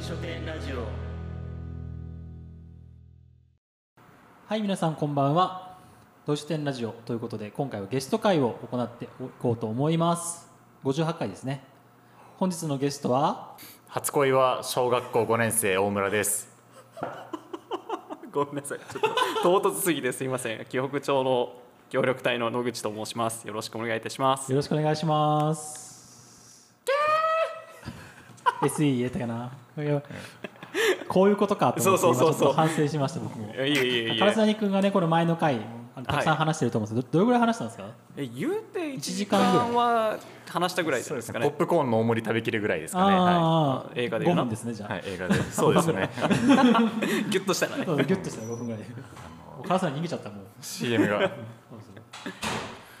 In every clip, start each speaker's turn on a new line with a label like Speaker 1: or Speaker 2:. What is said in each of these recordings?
Speaker 1: 書店ラジオ
Speaker 2: はい皆さんこんばんは同時点ラジオということで今回はゲスト会を行っていこうと思います58回ですね本日のゲストは
Speaker 3: 初恋は小学校5年生大村です
Speaker 4: ごめんなさい、ちょっと唐突すぎですいません。記北町の協力隊の野口と申します。よろしくお願いいたします。
Speaker 2: よろしくお願いします SE 言えたかないやこういうことかと思って
Speaker 4: そう
Speaker 2: 今
Speaker 4: そ
Speaker 2: ちょっ
Speaker 4: うそうそう
Speaker 2: と反省しました僕も
Speaker 4: いやいやいやい
Speaker 2: 唐
Speaker 4: や。
Speaker 2: 谷君がねこの前の回あのたくさん話してると思うんですけど、どどれぐらい話したんですか
Speaker 4: え言うて1
Speaker 2: 時
Speaker 4: 時
Speaker 2: 間ぐらい
Speaker 4: 間は話したぐらいじゃないですか
Speaker 3: ポッ
Speaker 4: ね。
Speaker 3: プコーンの大盛り食べきれぐらいですかねは
Speaker 2: ああ、
Speaker 4: はい映画で
Speaker 2: 5
Speaker 4: 言うな
Speaker 2: 分ですねじゃ
Speaker 3: い、
Speaker 2: あ、
Speaker 3: はい、映 画でそうですね
Speaker 4: ギュッとしたらね。
Speaker 2: そうギュッとしたら5分ぐらいで唐沢に逃げちゃったもう
Speaker 3: CM が
Speaker 2: そうそうま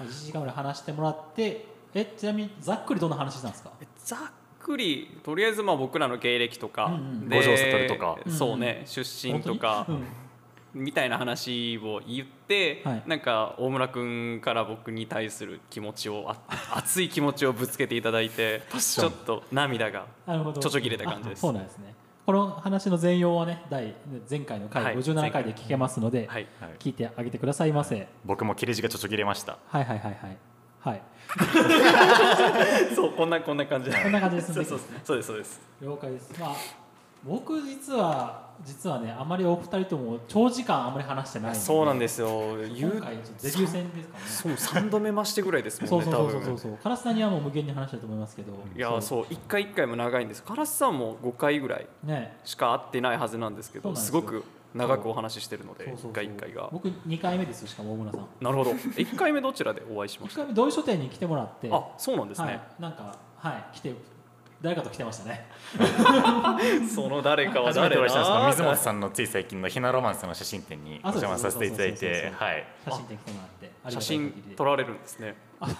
Speaker 2: あ1時間ぐらい話してもらってえちなみにざっくりどんな話したんですか
Speaker 4: ざっくりとりあえずまあ僕らの経歴とか、
Speaker 2: うんうん
Speaker 4: で
Speaker 3: 五条悟とか
Speaker 4: そうね出身とか、
Speaker 2: 本
Speaker 4: みたいな話を言って、
Speaker 2: はい
Speaker 4: なんか大村君から僕に対する気持ちをあ熱い気持ちをぶつけていただいてちょっと涙が
Speaker 2: 当になるほど
Speaker 4: ちょちょ切れた感じで
Speaker 2: あ
Speaker 4: す
Speaker 2: そうなんですねこの話の全容はね第前回の回、
Speaker 4: はい
Speaker 2: 57回で聞けますので、
Speaker 4: はい
Speaker 3: はい
Speaker 2: 聞いてあげてくださいませ、
Speaker 3: 僕も切れ字がちょちょ切れました
Speaker 2: はいはいはいはいはい
Speaker 4: そうこんなこんな感じで
Speaker 2: こんな感じです
Speaker 4: そう そうそうですそうです
Speaker 2: 了解ですまあ僕実は実はねあまりお二人とも長時間あまり話してないんで
Speaker 4: そうなんですよ言
Speaker 2: 今
Speaker 4: う
Speaker 2: 回ちょっとデビュー戦ですかね
Speaker 4: そう三度目ましてぐらいです
Speaker 2: そ
Speaker 4: もん
Speaker 2: う
Speaker 4: ね
Speaker 2: そう
Speaker 4: 多
Speaker 2: そうそうそう
Speaker 4: 分
Speaker 2: そう唐沢にはもう無限に話してると思いますけど
Speaker 4: いやそう一回一回も長いんですカラスさんも五回ぐらい
Speaker 2: ね
Speaker 4: しか会ってないはずなんです
Speaker 2: そ
Speaker 4: け
Speaker 2: う
Speaker 4: ど
Speaker 2: なんです
Speaker 4: す
Speaker 2: よ
Speaker 4: ごく長くお話ししてるの
Speaker 2: そう
Speaker 4: で
Speaker 2: そうそう
Speaker 4: 一回一回が
Speaker 2: 僕2回目ですよしかも大村さん
Speaker 4: なるほど一回目どちらでお会いしま
Speaker 2: 1
Speaker 4: し
Speaker 2: 回目同意書店に来てもらって
Speaker 4: たあそうなんです
Speaker 2: は
Speaker 4: ね
Speaker 2: いなんかはい来て誰かと来てましたね
Speaker 4: その誰かは
Speaker 3: 初めて
Speaker 4: 誰
Speaker 3: お会
Speaker 4: だ
Speaker 3: いしたんですが水本さんのつい最近のひなロマンスの写真展にお邪魔させていただい
Speaker 2: あそうですそうですそう
Speaker 3: て
Speaker 2: です
Speaker 3: はい
Speaker 2: 写真展来てもらってあり
Speaker 4: 写
Speaker 2: がたい限
Speaker 4: 真
Speaker 2: りで
Speaker 4: 撮られるんですね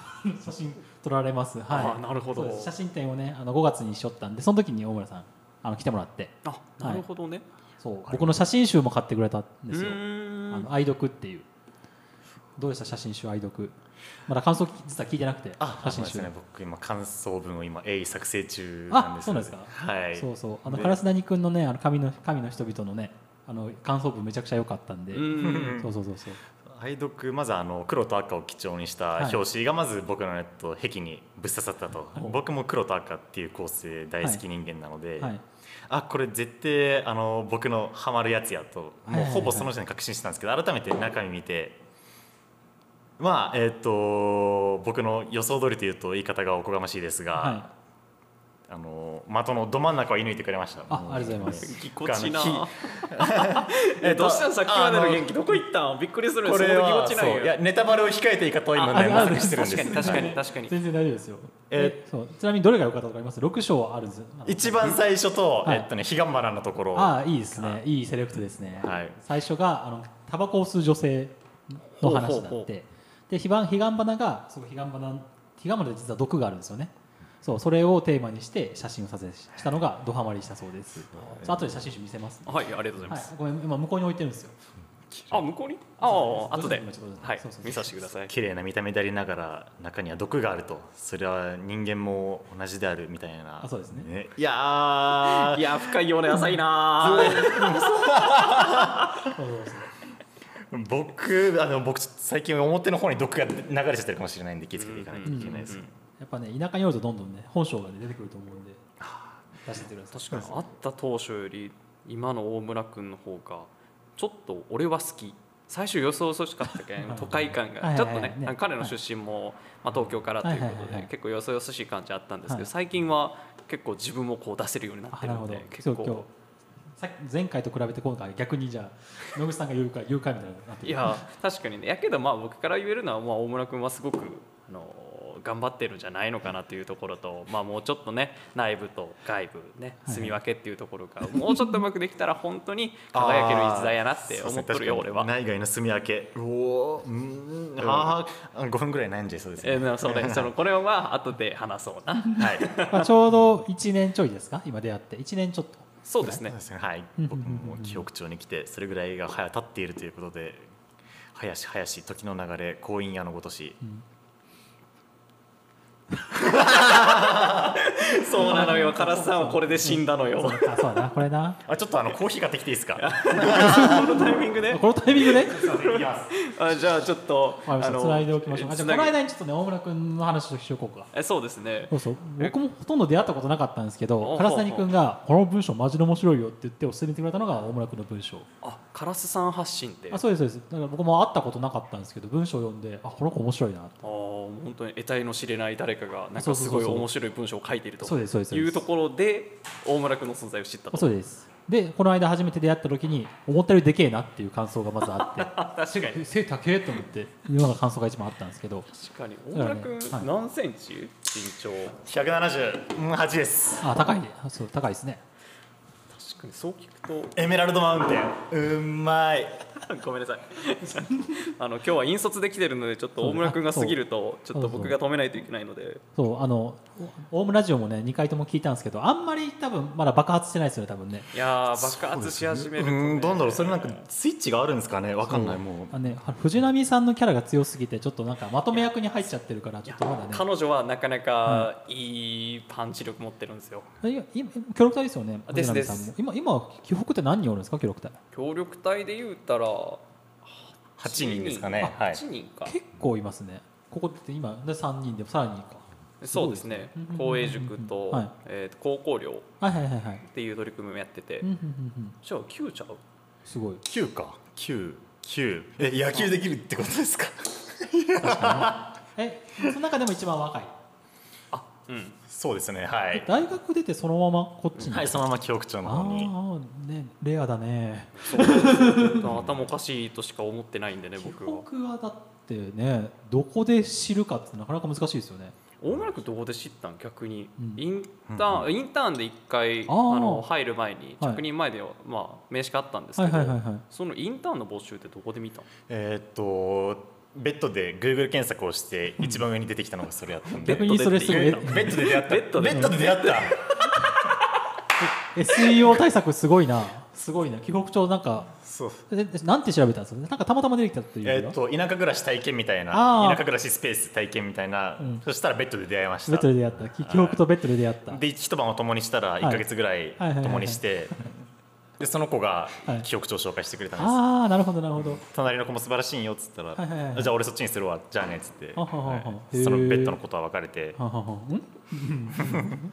Speaker 2: 写真撮られますは
Speaker 4: あ
Speaker 2: い
Speaker 4: なるほど
Speaker 2: そうです写真展をねあの5月にしよったんでその時に大村さんあの来てもらって
Speaker 4: あなるほどね
Speaker 2: そう僕の写真集も買ってくれたん
Speaker 4: う
Speaker 2: ですよ
Speaker 4: ー
Speaker 2: あ
Speaker 4: ん
Speaker 2: の愛読っていうどうでした写真集愛読まだ感想実は聞いてなくて
Speaker 3: あ
Speaker 2: 写
Speaker 3: そ
Speaker 2: 真
Speaker 3: うです
Speaker 2: 集
Speaker 3: ね僕今感想文を今鋭意作成中なん
Speaker 2: あ
Speaker 3: です
Speaker 2: そう
Speaker 3: よ
Speaker 2: なんですか
Speaker 3: はい
Speaker 2: そうそうあの
Speaker 3: で
Speaker 2: 烏谷君のねあの神の神の人々のねあの感想文めちゃくちゃ良かったんで、
Speaker 4: うーん
Speaker 2: そうそうそうそう
Speaker 3: 愛読まずあの黒と赤を基調にし
Speaker 2: は
Speaker 3: た
Speaker 2: い
Speaker 3: 表紙がまず僕のネット壁にぶっ刺さったと、
Speaker 2: お
Speaker 3: 僕も黒と赤っていう構成大好き人間なので、
Speaker 2: はい
Speaker 3: あこれ絶対あの僕のハマるやつやと
Speaker 2: はいはい
Speaker 3: もう
Speaker 2: はい
Speaker 3: ほぼその時点で確信してたんですけど改めて中身見てまあえっ、と僕の予想通りというと言い方がおこがましいですが、
Speaker 2: は
Speaker 3: あの的のど真ん中を射抜いてくれました
Speaker 2: あありがとうございます
Speaker 4: ぎこちな
Speaker 3: あの
Speaker 4: えどうしたのさっきまで
Speaker 3: あ
Speaker 4: の
Speaker 3: の
Speaker 4: 元気どこ行ったんびっくりする
Speaker 3: これは
Speaker 4: そのぎこち
Speaker 3: そ
Speaker 4: ないう
Speaker 3: いやネタバレを控えて言い方を今
Speaker 2: ああ
Speaker 3: ね
Speaker 2: あ
Speaker 3: 模索してるんです
Speaker 4: 確かに確かに確か
Speaker 2: い
Speaker 4: に
Speaker 2: 全然大丈夫ですよ
Speaker 3: え
Speaker 2: えそうちなみにどれが良かったとかあります6章あるんです
Speaker 3: 一番最初と、
Speaker 2: はい
Speaker 3: えっとね彼岸花のところ
Speaker 2: ああいいですねいいセレクトですね、
Speaker 3: はい
Speaker 2: 最初があのタバコを吸う女性の話になって
Speaker 4: ほうほうほう
Speaker 2: で彼岸彼岸花がその彼岸花彼岸花で実は毒があるんですよねそうそれをテーマにして写真を撮影したのがドハマりしたそうですあとで写真集見せますね、
Speaker 4: はいありがとうございま
Speaker 2: はい
Speaker 4: す、
Speaker 2: ごめん今向こうに置いてるんですよ
Speaker 4: あ向こうにああ後で
Speaker 2: そうそうそう
Speaker 4: はい
Speaker 2: そうそう
Speaker 4: 見させてください
Speaker 3: 綺麗な見た目でありながら中には毒があるとそれは人間も同じであるみたいな
Speaker 2: あそうですね
Speaker 3: いやー
Speaker 4: いや深いような浅いな
Speaker 2: そうそうそう
Speaker 3: 僕あの僕ちょっと最近表の方に毒が流れちゃってるかもしれないんで気をつけていかないといけないです、ね
Speaker 2: やっぱね田舎におるとどんどんね本性が、ね、出てくると思うんで出してってください
Speaker 4: 確かに会った当初より今の大村君の方がちょっと俺は好き最初予想そしかったけん都会感
Speaker 2: はい
Speaker 4: が
Speaker 2: はい
Speaker 4: ちょっとね
Speaker 2: ね
Speaker 4: 彼の出身も、まあ、東京からという
Speaker 2: はい
Speaker 4: こ
Speaker 2: はい
Speaker 4: と
Speaker 2: はいは
Speaker 4: で
Speaker 2: い
Speaker 4: 結構よそよそしい感じあったんですけ
Speaker 2: はい
Speaker 4: ど最近は結構自分もこう出せるようになっ
Speaker 2: あ
Speaker 4: てる
Speaker 2: なる
Speaker 4: の
Speaker 2: ほど
Speaker 4: で結
Speaker 2: 今日今
Speaker 4: 構
Speaker 2: 日さっき前回と比べて今回逆にじゃあ野口さんが言うか言うかみたいになってる
Speaker 4: いや確かにねやけどまあ僕から言えるのはまあ大村君はすごくあの頑張ってるんじゃないのかなというところと、まあ、もうちょっとね内部と外部ね
Speaker 2: はい
Speaker 4: 住み分けっていうところがもうちょっとうまくできたら本当に輝ける逸材やなっ
Speaker 3: そ
Speaker 4: て
Speaker 3: うです
Speaker 4: 思
Speaker 3: ね
Speaker 4: っとるよ
Speaker 3: 確か
Speaker 4: 俺
Speaker 3: に
Speaker 4: は。
Speaker 3: 内外の住み分けうおーうーんあー5分ぐらい悩んじゃいそうですね、
Speaker 4: えーでもそうね、そのこれは後で話 そう な。
Speaker 3: はい
Speaker 2: まあ、ちょうど1年ちょいですか今出会って1年ちょっと
Speaker 4: そうです
Speaker 3: そう
Speaker 4: ね
Speaker 3: で。すねはい
Speaker 2: うんうん
Speaker 3: 僕も記憶帳に来てそれぐらいがはや経っているということで林林時の流れ婚姻屋のごとし、
Speaker 4: そうなの よカラスさんはこれで死んだのよ
Speaker 2: そうかそうだなこれな
Speaker 3: あちょっとあのコーヒー買ってきていいですか
Speaker 4: このタイミングで
Speaker 2: このタイミングで
Speaker 4: あじゃあちょっと
Speaker 2: わかりましたつないでおきましょうあじゃあ
Speaker 4: つな
Speaker 2: この
Speaker 4: げ
Speaker 2: 間にちょっとね大村君の話をしようか
Speaker 4: えそうですね
Speaker 2: そうそう僕もほとんど出会ったことなかったんですけ
Speaker 4: ほうほ
Speaker 2: ど
Speaker 4: う
Speaker 2: 唐谷君が「この文章マジで面白いよ」って言って教えてくれたのが大村君の文章
Speaker 4: あカラスさん発信って
Speaker 2: あそうですそうですだから僕も会ったことなかったんですけど文章を読んであこの子面白いなって
Speaker 4: あー本当に得体の知れない誰かがなん
Speaker 2: そうそ
Speaker 4: か
Speaker 2: う
Speaker 4: す
Speaker 2: そうそう
Speaker 4: ごい面白い文章を書いていると
Speaker 2: そうですそうですそう
Speaker 4: い
Speaker 2: です
Speaker 4: うところで大村君の存在を知った
Speaker 2: あ
Speaker 4: と
Speaker 2: そうですでこの間初めて出会った時に思ったよりでけえなっていう感想がまずあ
Speaker 4: あ 確か
Speaker 2: って
Speaker 4: に
Speaker 2: 背高えと思っていうような感想が一番あったんですけど
Speaker 4: 確かに大村君
Speaker 2: だからね
Speaker 4: 何センチ、身長
Speaker 3: 178です
Speaker 2: あ高いねあそう高いですね
Speaker 4: 確かにそう聞く
Speaker 3: エメラルドマウンテンうまい
Speaker 4: と ごめんなさいあの今日は引率できてるのでちょっと大村君が過ぎるとちょっと僕が止めないといけないので
Speaker 2: そうあのおオウムラジオもね2回とも聞いたんですけどあんまり多分まだ爆発してないですよね多分ね
Speaker 4: いやー爆発し始めると、
Speaker 3: うん
Speaker 4: ね、
Speaker 3: どうなんだろうそれなんかスイッチがあるんですかねわかんないも
Speaker 2: あのね藤波さんのキャラが強すぎてちょっとなんかまとめ役に入っちゃってるからちょっとまだね
Speaker 4: 彼女はなかなかいいパンチ力持ってるんですよ
Speaker 2: いや今協力隊ですよね
Speaker 4: あで
Speaker 2: 藤
Speaker 4: す
Speaker 2: 波さんも今今記憶って何人おるんですか記録隊
Speaker 4: 協力隊で言うたら
Speaker 3: う8人ですかねはい
Speaker 4: 8人か
Speaker 2: 結構いますねここって今で3人でさらにか
Speaker 4: そうですね公営塾と,、
Speaker 2: はい
Speaker 4: えーと高校寮
Speaker 2: はいはいはいはい
Speaker 4: っていう取り組みもやってて、
Speaker 2: うんうんうんうん
Speaker 4: じゃあ9ちゃう
Speaker 2: すごい
Speaker 3: 9か99え野球できるってことですか
Speaker 2: えその中でも一番若い
Speaker 4: あうん
Speaker 3: そうですねはい
Speaker 2: 大学出てそのままこっちに、
Speaker 3: はいそのまま記憶帳の方に
Speaker 2: ああねレアだね
Speaker 4: 頭おかしいとしか思ってないんでね僕は
Speaker 2: 僕はだってねどこで知るかってなかなか難しいですよね
Speaker 4: 大村君どこで知ったん逆に、
Speaker 2: うん
Speaker 4: インターン、インターンで1回あ
Speaker 2: あー
Speaker 4: の入る前に
Speaker 2: はい
Speaker 4: 着任前で、まあ、名刺があったんですけ
Speaker 2: はい
Speaker 4: ど、
Speaker 2: はいはいはい
Speaker 4: そのインターンの募集ってどこで見たの
Speaker 3: えーっとベッドで Google 検索をして一番上に出てきたのがそれやったんで
Speaker 2: 逆にそれすごい
Speaker 4: ベッド
Speaker 3: ベ
Speaker 4: で
Speaker 3: ッドで出会った
Speaker 4: ベッドで
Speaker 3: ベッドで出会った
Speaker 2: え SEO 対策すごいなすごいな記録帳なんか
Speaker 3: そう
Speaker 2: えなんて調べたんですかなんかたまたま出てきたっていうよ
Speaker 3: え
Speaker 2: り
Speaker 3: ー
Speaker 2: は
Speaker 3: っと田舎暮らし体験みたい
Speaker 2: あ
Speaker 3: な
Speaker 2: ー
Speaker 3: 田舎暮らしスペース体験みたいな、
Speaker 2: うん
Speaker 3: そしたらベッドで出会いまし
Speaker 2: ベ
Speaker 3: た
Speaker 2: ッドで出会ったき記録とベッドで出会った
Speaker 3: で一晩を共にしたら1か月ぐらい
Speaker 2: はいはいはい
Speaker 3: 共にしてでその子が
Speaker 2: はい
Speaker 3: 記憶帳を紹介してくれたんです、
Speaker 2: ああなるほどなるほど
Speaker 3: 隣の子も素晴らしいんよっつったら、
Speaker 2: はいはいはい
Speaker 3: じゃあ俺そっちにするわじゃあねっつって、
Speaker 2: はははは
Speaker 3: はいそのベッドのことは別れて
Speaker 2: はははん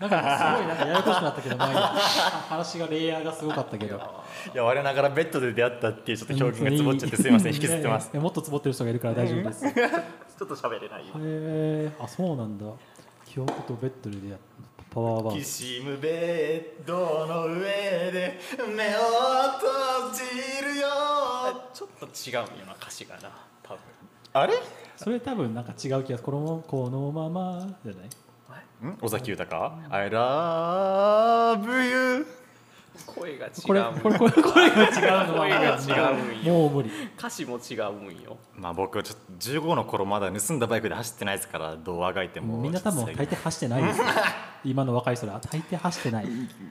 Speaker 2: なんかすごいなんかややこしくなったけど前に話がレイヤーがすごかったけど
Speaker 3: いや我ながらベッドで出会ったっていうちょっと表現がつぼっちゃってすいません引きずってます
Speaker 2: いやいやいやもっとつぼってる人がいるから大丈夫ですへ
Speaker 3: ちょっと喋れないよ
Speaker 2: えあそうなんだ記憶とベッドでやパワーバン
Speaker 3: きしむベッドの上で目を閉じるよ
Speaker 4: ちょっと違うんよな歌詞がな多分
Speaker 3: あれ
Speaker 2: それ多分なんか違う気がするこのこのままじゃない
Speaker 3: ん尾崎豊 I love you
Speaker 4: 声が違うん
Speaker 2: これ
Speaker 4: よ
Speaker 2: これこれ声が違うの
Speaker 4: 声が違うんよ
Speaker 2: もう無理
Speaker 4: 歌詞も違うんよ
Speaker 3: まあ僕はちょっと15の頃まだ盗んだバイクで走ってないですからどうあがいても
Speaker 2: みんな多分大抵走ってないですよ今の若い人ら大抵走 ってない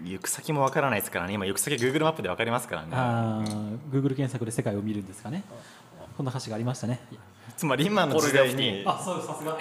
Speaker 3: 行く先もわからないですからね今行く先 Google マップでわかりますからね
Speaker 2: あー Google 検索で世界を見るんですかねこんな歌詞がありましたね
Speaker 3: つまり今の時代に
Speaker 2: あそうさすが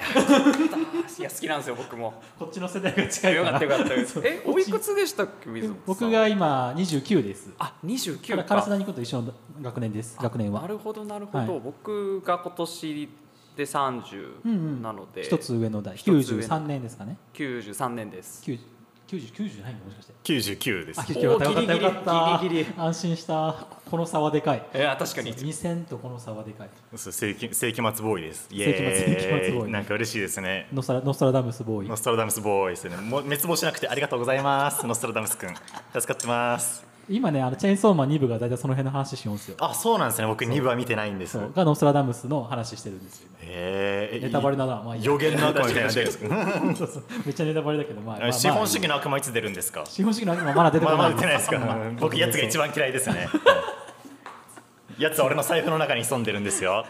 Speaker 4: いや好きなんですよ僕も
Speaker 2: こっちの世代が近い
Speaker 4: よ
Speaker 2: か
Speaker 4: かっ
Speaker 2: ら
Speaker 4: たよかっ たですえおいくつでしたっけ水本さん
Speaker 2: 僕が今29です
Speaker 4: あ29
Speaker 2: 唐
Speaker 4: か
Speaker 2: 沢に君と一緒の学年です学年
Speaker 4: な
Speaker 2: は
Speaker 4: るほどなるほど、
Speaker 2: は
Speaker 4: 僕が今年で
Speaker 2: うんうん
Speaker 4: 30なので、
Speaker 2: 一つ上の代
Speaker 4: 一つ上の
Speaker 2: 93年ですかね
Speaker 4: 93年です
Speaker 2: 90 90 90ないのもしかして
Speaker 3: 99です
Speaker 2: あ99よかったよかったよかった
Speaker 4: ギリギリギリ
Speaker 2: 安心したこの差はでかい
Speaker 4: えー、確かに
Speaker 2: 2000とこの差はでかい
Speaker 3: そう世紀世紀末ボーイですイエ
Speaker 2: 世紀末世紀末ボ
Speaker 3: ー
Speaker 2: ー
Speaker 3: イ
Speaker 2: イ
Speaker 3: なんか嬉しいですね
Speaker 2: ノストラノストラダムスボーイ
Speaker 3: ノストラダムスボーイですねもう滅亡しなくてありがとうござ いますノストラダムスくん助かってます
Speaker 2: 今ねあのチェーンソーマン2部が大体その辺の話しようんですよ
Speaker 3: あそうなんですね僕2部は見てないんです
Speaker 2: そうがノストラダムスの話してるんですよ
Speaker 3: へえ
Speaker 2: ネタバレだなまあいいや
Speaker 3: 予言の悪魔みたいな出るんです か
Speaker 2: そうそ うめっちゃネタバレだけどまあまあまあ
Speaker 3: 資本主義の悪魔いつ出るんですか
Speaker 2: 資本主義の話もまだ出て
Speaker 3: ま
Speaker 2: こ
Speaker 3: だ
Speaker 2: な
Speaker 3: ま
Speaker 2: い
Speaker 3: だ出てないですか
Speaker 2: うん
Speaker 3: 僕やつが一番嫌いで すねやつは俺の財布の中に潜んでるんですよ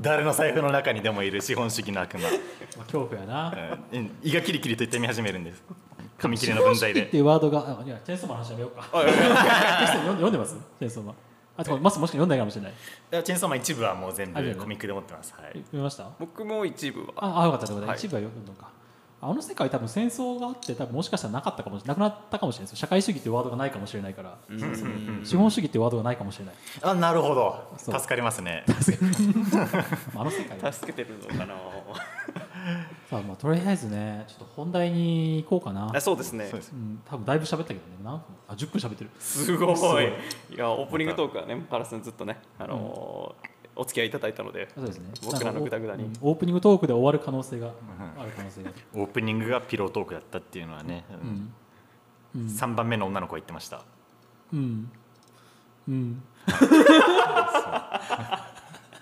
Speaker 3: 誰の財布の中にでもいる資本主義の悪魔
Speaker 2: まあ恐怖やな
Speaker 3: うん胃がキリキリと言ってみ始めるんです紙切れ
Speaker 2: 資
Speaker 3: の分
Speaker 2: 本主
Speaker 3: 際
Speaker 2: 義っ
Speaker 3: で
Speaker 2: ていうワードがあいやチェーンソーマンの話やめようか チェーンソーマン読ん読んでますチェーンソーマンあてかマスもしかして読んだかもしれない
Speaker 3: いやチェーンソーマン一部はもう全
Speaker 2: あいやいや
Speaker 3: 部コミックで持ってますはい
Speaker 2: 読みました
Speaker 4: 僕も一部は
Speaker 2: ああよかったよかった
Speaker 4: はい
Speaker 2: 一部は読んどんかあの世界多分戦争があって多分もしかしたらなかったかもしれなくなったかもしれないですよ社会主義ってワードがないかもしれないから、資本主義ってワードがないかもし れない、
Speaker 3: あなるほど
Speaker 2: そう
Speaker 3: 助かりますね
Speaker 2: まあ、あの世界は
Speaker 4: 助けてるのかな
Speaker 2: さあまあとりあえずねちょっと本題に行こうかな
Speaker 4: あ、そうですね
Speaker 3: そうです
Speaker 2: うん、多分だいぶ喋ったけどね何分あ10分喋ってる
Speaker 4: すごいいやオープニングトークはねパラさんずっとね、あのーお付き合いいただいたので
Speaker 2: そうですね
Speaker 4: 僕らのグダグダに
Speaker 2: なんかおうんオープニングトークで終わる可能性がある可能性がある、
Speaker 3: オープニングがピロートークだったっていうのはね、う
Speaker 2: うんんうん
Speaker 3: 3番目の女の子が言ってました
Speaker 2: うんうん、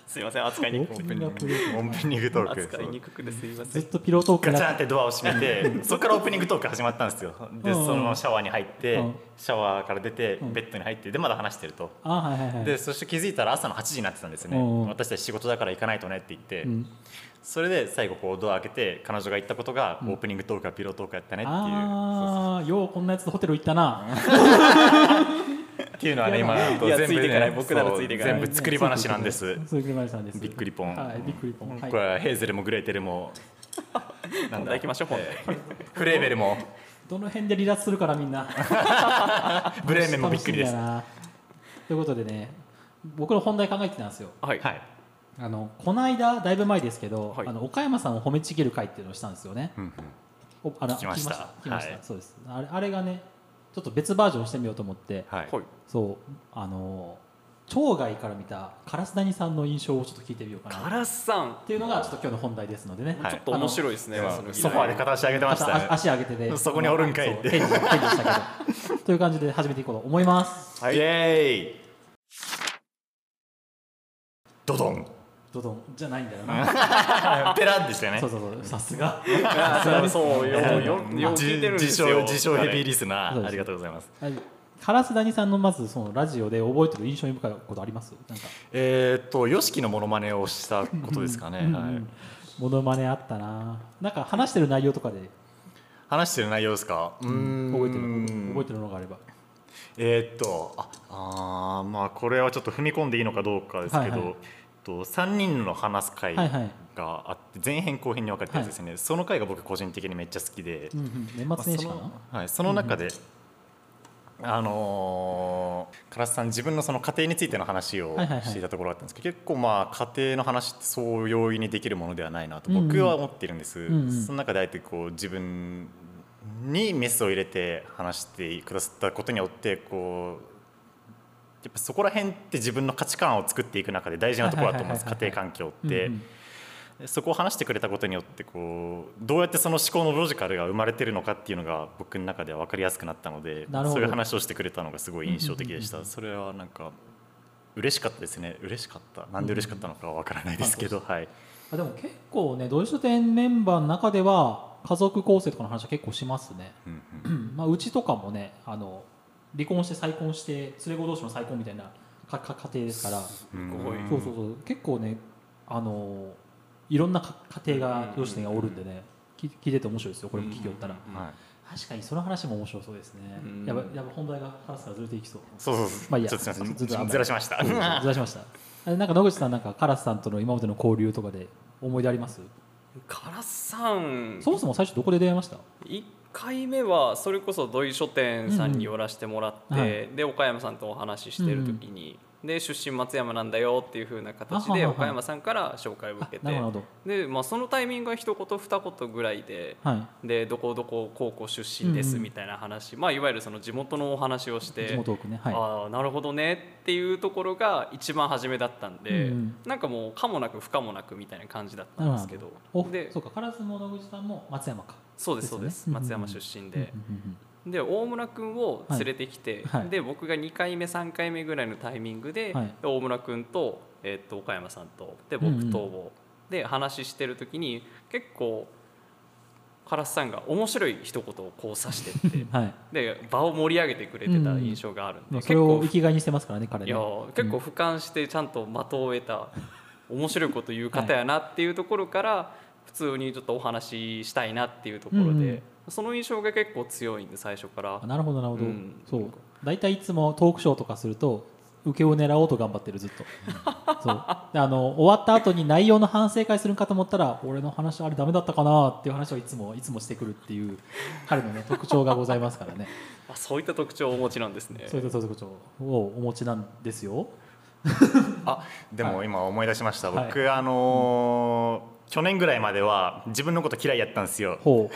Speaker 4: すいません扱いに
Speaker 2: オ
Speaker 4: く
Speaker 2: ー
Speaker 4: く
Speaker 2: プニングがピロー
Speaker 3: オープニングトーク
Speaker 4: 扱いにくくてすいま
Speaker 2: ず
Speaker 4: せ
Speaker 2: っ
Speaker 4: ん
Speaker 2: とピロートーク
Speaker 3: ガ
Speaker 2: な
Speaker 3: チャンってドアを閉めてそこからオープニングトーク始まったんですよで、
Speaker 2: うん
Speaker 3: そのままシャワーに入って、
Speaker 2: うん
Speaker 3: シャワーから出て、
Speaker 2: ん
Speaker 3: ベッドに入ってでまだ話してると、
Speaker 2: あはいはいはい
Speaker 3: でそして気づいたら朝の8時になってたんですね、
Speaker 2: うん
Speaker 3: 私たち仕事だから行かないとねって言って、
Speaker 2: うん、
Speaker 3: それで最後こうドア開けて彼女が言ったことが、オープニングトークはピロートークやったねっていうそう
Speaker 2: ああようこんなやつとホテル行ったな
Speaker 3: そうっていうのはね
Speaker 2: いや
Speaker 3: 今
Speaker 2: いや
Speaker 3: こう
Speaker 4: いや
Speaker 3: 全部
Speaker 4: ついてかない僕なら
Speaker 3: そう
Speaker 4: ついてかない
Speaker 3: 全部作り話なんです
Speaker 2: そういう車屋さんです
Speaker 3: びっくりポン
Speaker 2: はいびっくりポン、はい
Speaker 3: これはヘーゼルもグレーテルもな
Speaker 4: 本題行きましょう本題
Speaker 3: えーフレーベルも
Speaker 2: どの辺で離脱するからみんな
Speaker 3: ブレーメンもびっくりです
Speaker 2: 楽しみだなということでね僕の本題考えてたんですよ
Speaker 4: はい、
Speaker 3: はい
Speaker 2: あのこの間だいぶ前ですけど、
Speaker 4: はい
Speaker 2: あの岡山さんを褒めちぎる会っていうのをしたんですよね、
Speaker 3: うんうん
Speaker 2: おあの
Speaker 3: 聞きました
Speaker 2: 聞きました、
Speaker 3: はい
Speaker 2: そうですあれあれがねちょっと別バージョンしてみようと思って
Speaker 3: はい
Speaker 4: ほい
Speaker 2: そうあの町外から見た烏谷さんの印象をちょっと聞いてみようか
Speaker 4: ガ
Speaker 2: なっ
Speaker 4: ラスさん
Speaker 2: ていうのがちょっと今日の本題ですのでね、
Speaker 3: はい
Speaker 4: ちょっと面白いですね、
Speaker 3: では
Speaker 4: その議題
Speaker 3: ソファーで片足上げてました
Speaker 2: あ足上げてで
Speaker 3: そこにおるんかいって
Speaker 2: そう返事返事したけどという感じで始めていこうと思います
Speaker 3: イエーイドドン
Speaker 2: ドドンじゃないんだよな
Speaker 3: ペランでしたよね
Speaker 2: そうそうそうさすが
Speaker 4: あー そうそうよ
Speaker 3: え
Speaker 4: うよう
Speaker 3: ー
Speaker 4: よう聞いてるんです
Speaker 3: 自自
Speaker 4: よ
Speaker 3: 称自称ヘビー
Speaker 4: リ
Speaker 3: リスナ
Speaker 2: そう
Speaker 3: ー
Speaker 2: です
Speaker 3: ありがとうございます
Speaker 2: はい烏谷さんのまずそのラジオで覚えてる印象に深いことありますなんか
Speaker 3: えーっと YOSHIKI のモノマネをしたことですかねはい
Speaker 2: モノマネあったななんか話してる内容とかで
Speaker 3: 話してる内容ですかうーん
Speaker 2: 覚えてる覚えてるのがあれば
Speaker 3: えーっとああーまあこれはちょっと踏み込んでいいのかどうかですけど、
Speaker 2: はいはい
Speaker 3: えっと3人の話す会
Speaker 2: は
Speaker 3: が
Speaker 2: いはい
Speaker 3: あって前編後編に分かれてるやつですね、その回が僕個人的にめっちゃ好きで、
Speaker 2: うんうん年末年始かな
Speaker 3: まあそのはい、その中で、あのー、唐津さん自分のその家庭についての話を
Speaker 2: はいはいはい
Speaker 3: していたところがあったんですけど、結構まあ家庭の話ってそう容易にできるものではないなと
Speaker 2: うんうん
Speaker 3: 僕は思ってるんです、
Speaker 2: んうん
Speaker 3: その中であえてこう自分にメスを入れて話してくださったことによってこうやっぱそこら辺って自分の価値観を作っていく中で大事なところだと思うんです
Speaker 2: はい
Speaker 3: 家
Speaker 2: はいはいはい
Speaker 3: 庭環境って。
Speaker 2: うんうん
Speaker 3: そこを話してくれたことによってこうどうやってその思考のロジカルが生まれてるのかっていうのが僕の中では分かりやすくなったので
Speaker 2: なるほど
Speaker 3: そういう話をしてくれたのがすごい印象的でし
Speaker 2: う
Speaker 3: たそれはなんか嬉しかったですね嬉しかったなんで嬉しかったのかは分からないですけど、はい、
Speaker 2: あでも結構ね同一書店メンバーの中では家族構成とかの話は結構しますね、
Speaker 3: うん
Speaker 2: うんまあ、うちとかもねあの離婚して再婚して連れ子同士の再婚みたいなかか家庭ですから
Speaker 3: うん
Speaker 4: ごい
Speaker 2: そうそうそう結構ねあのいろんなか家庭が同士店がおるんでね聞聞いてて面白いですよこれも聞きよったら、
Speaker 3: はい、
Speaker 2: 確かにその話も面白そうですね、
Speaker 4: うん
Speaker 2: やばやば本題が話すからずれていきそう
Speaker 3: そうそうそう、
Speaker 2: まあいいや
Speaker 3: ちょっとすみま
Speaker 2: ず
Speaker 3: せ
Speaker 2: っとあんま
Speaker 3: ん
Speaker 2: り
Speaker 3: ずらしました
Speaker 2: ずらしましたあれなんか野口さんなんかカラスさんとの今までの交流とかで思い出あります
Speaker 4: ガラスさん
Speaker 2: そもそも最初どこで出会いました
Speaker 4: 1回目はそれこそ土井書店さんに寄らせてもらって、
Speaker 2: うんうんは
Speaker 4: で岡山さんとお話ししてる時に、で出身松山なんだよっていう風な形
Speaker 2: あはは
Speaker 4: で
Speaker 2: は
Speaker 4: 岡山さんから紹介を受
Speaker 2: あ
Speaker 4: けて
Speaker 2: なるほど
Speaker 4: で、まあ、そのタイミングが一言二言ぐらいで。
Speaker 2: は
Speaker 4: でどこどこ高校出身で
Speaker 2: うん
Speaker 4: す
Speaker 2: うん
Speaker 4: みたいな話、まあ、いわゆるその地元のお話をし
Speaker 2: い
Speaker 4: て
Speaker 2: 地元奥ねはい
Speaker 4: ああなるほどねっていうところが一番初めだったんで、
Speaker 2: うん
Speaker 4: なんかもうかもなく不可もなくみたいな感じだったんですけど
Speaker 2: お
Speaker 4: で
Speaker 2: そうかカラスも野口さんも松山か
Speaker 4: そうですそうで
Speaker 2: です
Speaker 4: す
Speaker 2: よね
Speaker 4: 松山出身
Speaker 2: うんう
Speaker 4: で、
Speaker 2: ん
Speaker 4: で大村君を連れてきて、
Speaker 2: はいはい
Speaker 4: で僕が2回目3回目ぐらいのタイミングで、
Speaker 2: はい
Speaker 4: 大村君と,、えっと岡山さんとで
Speaker 2: うんう
Speaker 4: 僕
Speaker 2: ん
Speaker 4: と、で話してる時に結構カラスさんが面白い一言をこう指して
Speaker 2: う
Speaker 4: っ て
Speaker 2: んはい
Speaker 4: で場を盛り上げてくれてた印象があるんで、
Speaker 2: まあそ
Speaker 4: 結
Speaker 2: れを
Speaker 4: 構
Speaker 2: 生きがいにしてますからね彼
Speaker 4: い
Speaker 2: ね
Speaker 4: や結構俯瞰してちゃんと的を得 た面白いこと言う方やなっていうところから普通にちょっとお話ししたいなっていうところで、
Speaker 2: うんうん
Speaker 4: その印象が結構強いんで最初から
Speaker 2: あ。なるほどなるほど、
Speaker 4: うん
Speaker 2: そう大体いつもトークショーとかすると受けを狙おうと頑張ってるずっとそうであの終わった後に内容の反省会するんかと思ったら俺の話あれダメだったかなっていう話をいつもいつもしてくるっていう彼の、ね、特徴がございますから ね
Speaker 4: あそういった特徴をお持ちなんですね
Speaker 2: そういった特徴をお持ちなんですよ
Speaker 3: あでも今思い出しました、
Speaker 2: はい
Speaker 3: 僕あのー去年ぐらいまでは自分のこと嫌いやったんで すよ
Speaker 2: ほ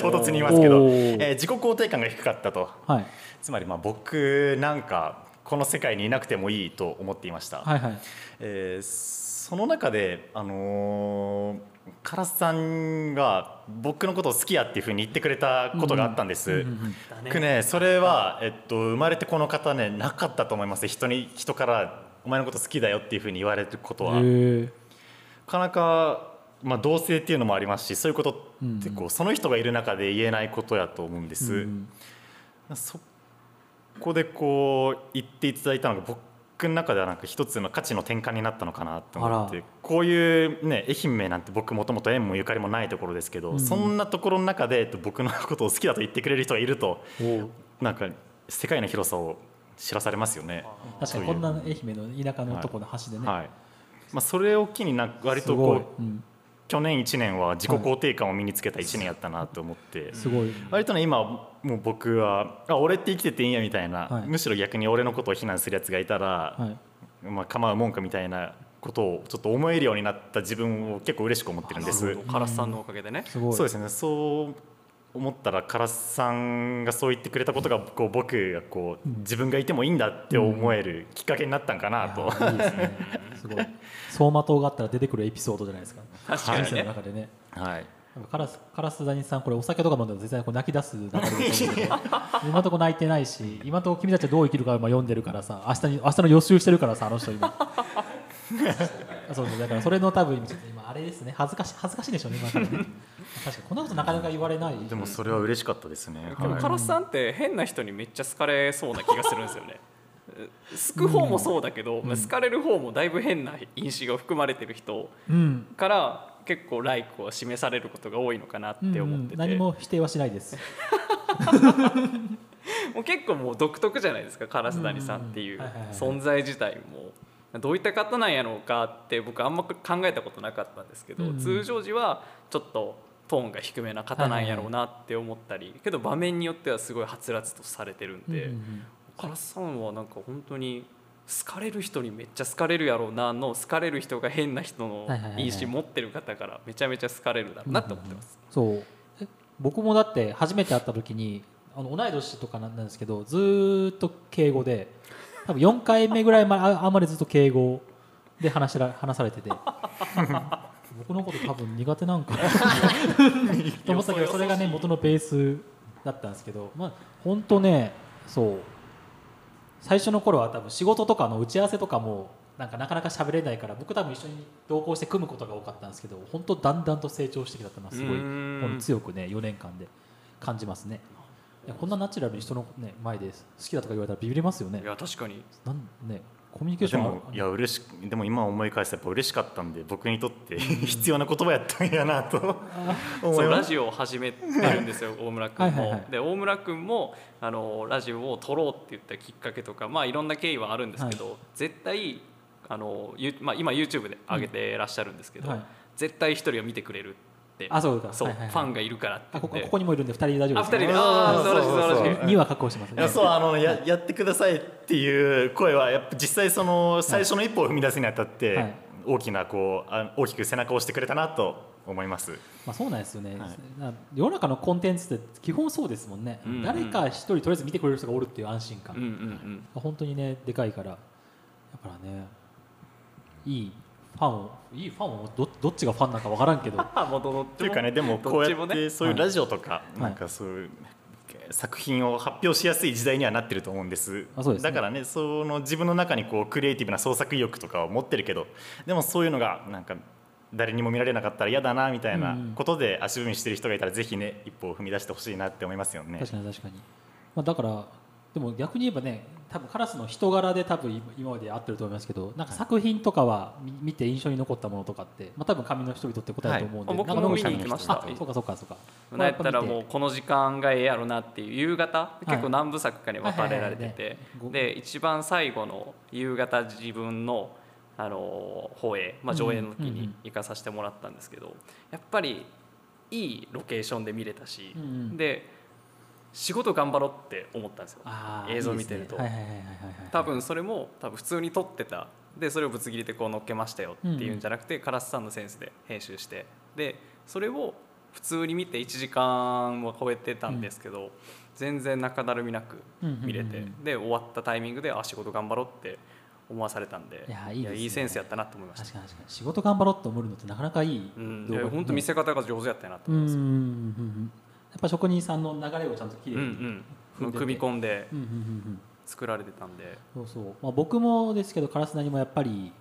Speaker 3: 唐突に言いますけど、
Speaker 2: お
Speaker 3: え
Speaker 2: ー
Speaker 3: ー自己肯定感が低かったと
Speaker 2: う、はい、
Speaker 3: つまりまあ僕なんかこの世界にいなくてもいいと思っていました、
Speaker 2: はいはい
Speaker 3: えーその中で、あのーカラスさんが僕のことを好きやっていうふうに言ってくれたことがあったんです。
Speaker 2: うんうんうん
Speaker 4: だ
Speaker 3: 僕ねそれは、えっと、生まれてこの方ねなかったと思います人に人から「お前のこと好きだよ」っていうふうに言われることは
Speaker 2: へ
Speaker 3: な
Speaker 2: ー
Speaker 3: かなか、まあ、同性っていうのもありますしそういうことってこう、その人がいる中で言えないことやと思うんです。
Speaker 2: うん
Speaker 3: そこでこう言っていただいたのが僕の中ではなんか一つの価値の転換になったのかなと思っ
Speaker 2: あ
Speaker 3: てこういうね愛媛なんて僕もともと縁もゆかりもないところですけど、
Speaker 2: ん
Speaker 3: そんなところの中でえっと僕のことを好きだと言ってくれる人がいると
Speaker 2: おう
Speaker 3: なんか世界の広さを知らされますよね。
Speaker 2: 確かにこんな愛媛の田舎のとこの橋でね、
Speaker 3: はいまあ、それを機になんか割
Speaker 2: す
Speaker 3: と
Speaker 2: ごい
Speaker 3: こ、う
Speaker 2: うん、
Speaker 3: 去年1年は自己肯定感を身につけた1年やったなと思って。
Speaker 2: すごい、
Speaker 3: 割とね今もう僕はあ俺って生きてていいんやみたいな、
Speaker 2: はい
Speaker 3: むしろ逆に俺のことを非難するやつがいたら、
Speaker 2: はい、
Speaker 3: まあ、構うもんかみたいなことをちょっと思えるようになった自分を結構嬉しく思ってるんです
Speaker 4: なるほどカラスさんのおかげでね、
Speaker 2: すごい
Speaker 3: そうですねそう思ったらカラスさんがそう言ってくれたことがこう僕がこう自分がいてもいいんだって思えるきっかけになったんかなと、
Speaker 2: いやいいですねすごい走馬灯があったら出てくるエピソードじゃないですか
Speaker 4: 確かに
Speaker 2: 人生
Speaker 4: ね
Speaker 2: の中でね
Speaker 3: はい
Speaker 2: なんかカラスカラスダニさんこれお酒とか飲んだら絶対こう泣き出す流れだと思うんですけど 今のとこ泣いてないし今のとこ君たちはどう生きるか今読んでるからさ明日に明日の予習してるからさあの人今 あそうそうだからそれの多分ちょっと今あれですね恥ずかし恥ずかしいでしょうね今からね確かにこんなことなかなか言われない
Speaker 3: でもそれは嬉しかったですね、
Speaker 4: でもカ
Speaker 3: はい
Speaker 4: ラスさんって変な人にめっちゃ好かれそうな気がするんですよね 好く方もそうだけど、まあ好かれる方もだいぶ変な因子が含まれてる人
Speaker 2: うん
Speaker 4: から結構ライクを示されることが多いのかなって思ってて、
Speaker 2: うん何も否定はしないです
Speaker 4: もう結構もう独特じゃないですか烏谷さんっていう
Speaker 2: うんうんうんはいはいはい
Speaker 4: 存在自体もどういった方なんやろうかって僕あんま考えたことなかったんですけど、
Speaker 2: うんうん
Speaker 4: 通常時はちょっとトーンが低めな方なんやろうなって思ったり、けど場面によってはすごいはつらつとされてるん で、
Speaker 2: うんうんうん
Speaker 4: カラスさんはなんか本当に好かれる人にめっちゃ好かれるやろうなの好かれる人が変な人
Speaker 2: は
Speaker 4: の
Speaker 2: いはいはいはい
Speaker 4: いいし持ってる方からめちゃめちゃ好かれるだろうなって思ってます。
Speaker 2: そうえ僕もだって初めて会った時にあの同い年とかなんですけどずーっと敬語で多分4回目ぐらいまでああまりずっと敬語で話しら話されてて僕のこと多分苦手なん かなと思ったけどそれがね元のベースだったんですけどまあ本当ねそう最初の頃は多分仕事とかの打ち合わせとかもなんかなかなか喋れないから僕多分一緒に同行して組むことが多かったんですけど本当だんだんと成長してきたっていうのはすご
Speaker 4: う
Speaker 2: い
Speaker 4: ーん
Speaker 2: この強くね4年間で感じますねいやこんなナチュラルに人の、ね、前で好きだとか言われたらビビりますよね
Speaker 4: いや確かに
Speaker 2: なんねコミュニケーシ
Speaker 3: で
Speaker 2: ョンあ
Speaker 3: もいや嬉しでも今思い返すとやっぱ嬉しかったんで僕にとって必要な言葉やったんやなと思
Speaker 4: そ
Speaker 3: いうま
Speaker 4: ラ
Speaker 3: す
Speaker 4: ジオを始めてるんですよ大村君も。
Speaker 2: はいはいはい
Speaker 4: で大村君もあのラジオを撮ろうって言ったきっかけとか、まあ、いろんな経緯はあるんですけど、絶対あの、ゆまあ、今 YouTube で上げてらっしゃるんですけど、
Speaker 2: はい
Speaker 4: 絶対一人は見てくれるって
Speaker 2: あそうだ
Speaker 4: そう、
Speaker 2: はいはいはい
Speaker 4: ファンがいるからって
Speaker 2: あ
Speaker 4: 言
Speaker 2: こ
Speaker 4: っ
Speaker 2: こ
Speaker 4: て
Speaker 2: ここにもいるんで2人大丈夫で
Speaker 4: あ二
Speaker 2: すか、
Speaker 4: 人で
Speaker 2: ね、
Speaker 4: ああ素
Speaker 3: そう
Speaker 4: 晴
Speaker 3: そ
Speaker 4: ら
Speaker 3: うそう
Speaker 4: しい素晴らしい
Speaker 3: そう
Speaker 2: 2は確保してます
Speaker 3: いや
Speaker 2: ね
Speaker 3: そうあのややってくださいっていう声はやっぱ実際その最初の一歩を踏み出すにあたっ
Speaker 2: は
Speaker 3: て
Speaker 2: い
Speaker 3: 大きなこうあ大きく背中を押してくれたなと思います。
Speaker 2: まあ、そうなんですよね、
Speaker 3: はい
Speaker 2: な世の中のコンテンツって基本そうですもんね、
Speaker 4: うんうん
Speaker 2: 誰か一人とりあえず見てくれる人がおるっていう安心感、
Speaker 4: うんうんうん
Speaker 2: 本当にねでかいからだからねいいファンをいいファンをどどっちがファンなのか分からんけど
Speaker 4: あもうどっちも
Speaker 3: っていうかねでもこうやっ
Speaker 4: どちもね
Speaker 3: てそういうラジオとか
Speaker 2: い
Speaker 3: なんかそういう作品を発表しやすい時代にはなってると思うんです
Speaker 2: あそうですね
Speaker 3: だからねその自分の中にこうクリエイティブな創作意欲とかを持ってるけどでもそういうのがなんか誰にも見られなかったら嫌だなみたいなことで足踏みしてる人がいたらぜひね一歩を踏み出してほしいなって思いますよね。
Speaker 2: 確かに確かに、まあ、だからでも逆に言えばね多分カラスの人柄で多分今今まで合ってると思いますけどなんか作品とかはみ見て印象に残ったものとかって、まあ、多分紙の人々って答えだと思うんで、
Speaker 4: はいあ僕も
Speaker 2: なんか
Speaker 4: 見に行きました
Speaker 2: あそうかそうかそうか
Speaker 4: なんやったらも
Speaker 2: う
Speaker 4: うこの時間がええやろなっていう夕方
Speaker 2: い
Speaker 4: 結構何部作かに分かれられて
Speaker 2: はいはい
Speaker 4: て
Speaker 2: はい
Speaker 4: で一番最後の夕方自分のあの放映、まあ、上映の
Speaker 2: う
Speaker 4: 時
Speaker 2: んうんう
Speaker 4: に
Speaker 2: ん
Speaker 4: 行かさせてもらったんですけどやっぱりいいロケーションで見れたし
Speaker 2: うんうん
Speaker 4: で仕事頑張ろうって思ったんですよ
Speaker 2: あー
Speaker 4: 映像見てると
Speaker 2: いいですねはいはいはいはいはい
Speaker 4: 多分それも多分普通に撮ってたでそれをぶつ切りでこう乗っけましたよっていうんじゃなくて、カラスさんのセンスで編集してでそれを普通に見て1時間は超えてたんですけど、全然中だるみなく見れて、
Speaker 2: うんうんうん
Speaker 4: で終わったタイミングであ仕事頑張ろうって思わされたんで
Speaker 2: いやいいですね
Speaker 4: センスやったなと思いました
Speaker 2: 確。かに確かに仕事頑張ろうと思うのってなかなかいい
Speaker 4: うん、い
Speaker 2: 動画
Speaker 4: や本当見せ方が上手やったなと
Speaker 2: うんう
Speaker 4: 思い
Speaker 2: んう
Speaker 4: ま
Speaker 2: ん
Speaker 4: す。
Speaker 2: うんやっぱ職人さんの流れをちゃんとき
Speaker 4: う
Speaker 2: れ
Speaker 4: ん
Speaker 2: いに、
Speaker 4: うん、組み込んで
Speaker 2: うんうんうんうん
Speaker 4: 作られてたんで、
Speaker 2: そうそう、まあ、僕もですけど烏成もやっぱり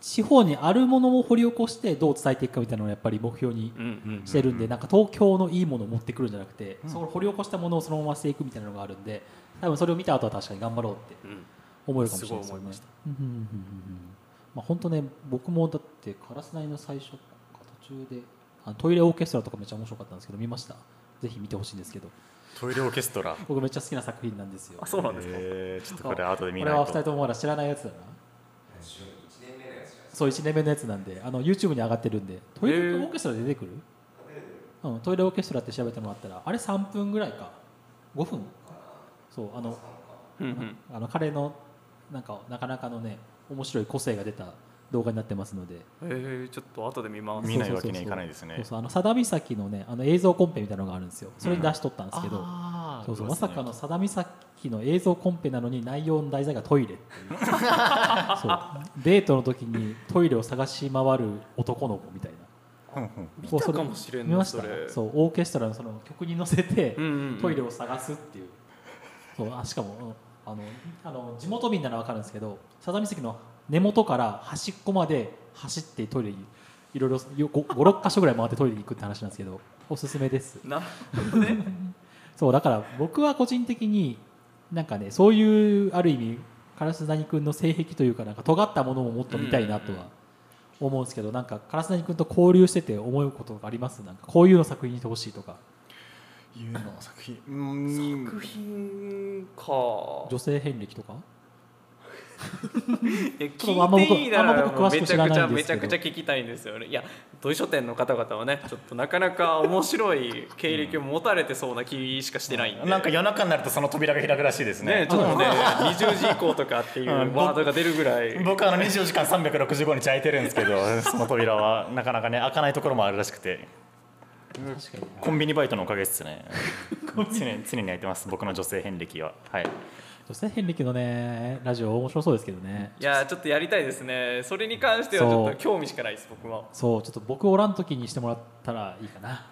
Speaker 2: 地方にあるものを掘り起こしてどう伝えていくかみたいなのをやっぱり目標に
Speaker 4: うんうん
Speaker 2: してるん
Speaker 3: うんうんう
Speaker 2: で
Speaker 3: ん
Speaker 2: なんか東京のいいものを持ってくるんじゃなくて
Speaker 3: うん
Speaker 2: その掘り起こしたものをそのまましていくみたいなのがあるんで多分それを見た後は確かに頑張ろうって
Speaker 4: うん、
Speaker 2: 思えるかもしれないです
Speaker 4: す
Speaker 2: よ
Speaker 4: ごい思い
Speaker 2: ね
Speaker 4: ました。
Speaker 2: うんうんうんうんうんまあ本当ね僕もだってカラスナイの最初か途中であのトイレオーケストラとかめっちゃ面白かったんですけど見ましたぜひ見てほしいんですけど
Speaker 3: トイレオーケストラ
Speaker 2: 僕めっちゃ好きな作品なんですよ
Speaker 4: あそうなんですか、
Speaker 3: えーちょっとこれ後で見
Speaker 2: こ
Speaker 3: な
Speaker 2: れ
Speaker 3: い
Speaker 2: は
Speaker 3: と
Speaker 2: 2人ともまだ知らないやつだなそう1年目のやつなんであの YouTube に上がってるんでトイレオーケストラで出てくる、うん、トイレオーケストラって調べてもらったらあれ3分ぐらいか5分そうあの
Speaker 4: うんうん、
Speaker 2: あの彼のなんかなかなかのね面白い個性が出た動画になってますので
Speaker 4: えー、ちょっと後で見ます
Speaker 3: 見ないわけにはいかないですね
Speaker 2: そうそうあの佐田岬のねあの映像コンペみたいなのがあるんですよそれに出しとったんですけど、
Speaker 3: あー
Speaker 2: そうそう
Speaker 3: あり
Speaker 2: ま
Speaker 3: ますね
Speaker 2: さかの佐田岬の映像コンペなのに内容の題材がトイレっていう そうデートの時にトイレを探し回る男の子みたいな
Speaker 3: うんうん
Speaker 4: 見
Speaker 2: こうそ
Speaker 4: たかもしれんな
Speaker 2: 見ました
Speaker 4: それ
Speaker 2: そうオーケストラのその曲に乗せて
Speaker 4: うんうんうん
Speaker 2: トイレを探すっていう,、そうあしかもあのあの地元民ならわかるんですけど佐田岬の根元から端っこまで走ってトイレにいろいろ56箇所ぐらい回ってトイレに行くって話なんですけどおすすめです
Speaker 4: なるほどね
Speaker 2: そうだから僕は個人的になんかねそういうある意味烏谷君の性癖というかなんか尖ったものをもっと見たいなとは思うんですけどなんか烏谷君と交流してて思うことがありますなんかこういうの作品にしてほしいとか
Speaker 3: いうの作品うん
Speaker 4: 作品か
Speaker 2: 女性遍歴とか
Speaker 4: いや
Speaker 2: ちょっとあんま
Speaker 4: 聞いていいな
Speaker 2: 僕あん
Speaker 4: ら
Speaker 2: ま僕詳し
Speaker 4: め
Speaker 2: く
Speaker 4: ち
Speaker 2: 知ら
Speaker 4: ゃくち
Speaker 2: ない
Speaker 4: ゃ
Speaker 2: んで
Speaker 4: め
Speaker 2: す
Speaker 4: ち
Speaker 2: け
Speaker 4: ゃ
Speaker 2: ど
Speaker 4: くちゃ聞きたいんですよねいや土井書店の方々はねちょっとなかなか面白い経歴を持たれてそうな気しかしてないんで、
Speaker 3: なんか夜中になるとその扉が開くらしいです
Speaker 4: ね
Speaker 3: ね
Speaker 4: ちょっ とね20時以降とかっていう
Speaker 3: うん
Speaker 4: ワードが出るぐらい
Speaker 3: 僕あの24時間365日開いてるんですけど その扉はなかなかね開かないところもあるらしくて
Speaker 2: 確かに
Speaker 3: コンビニバイトのおかげですね常に常に開いてます僕の女性遍歴ははい
Speaker 2: 女性遍歴のねラジオ面白そうですけどね
Speaker 4: いやちょっとやりたいですねそれに関してはちょっと興味しかないです僕は
Speaker 2: そうちょっと僕おらん時にしてもらったらいいかな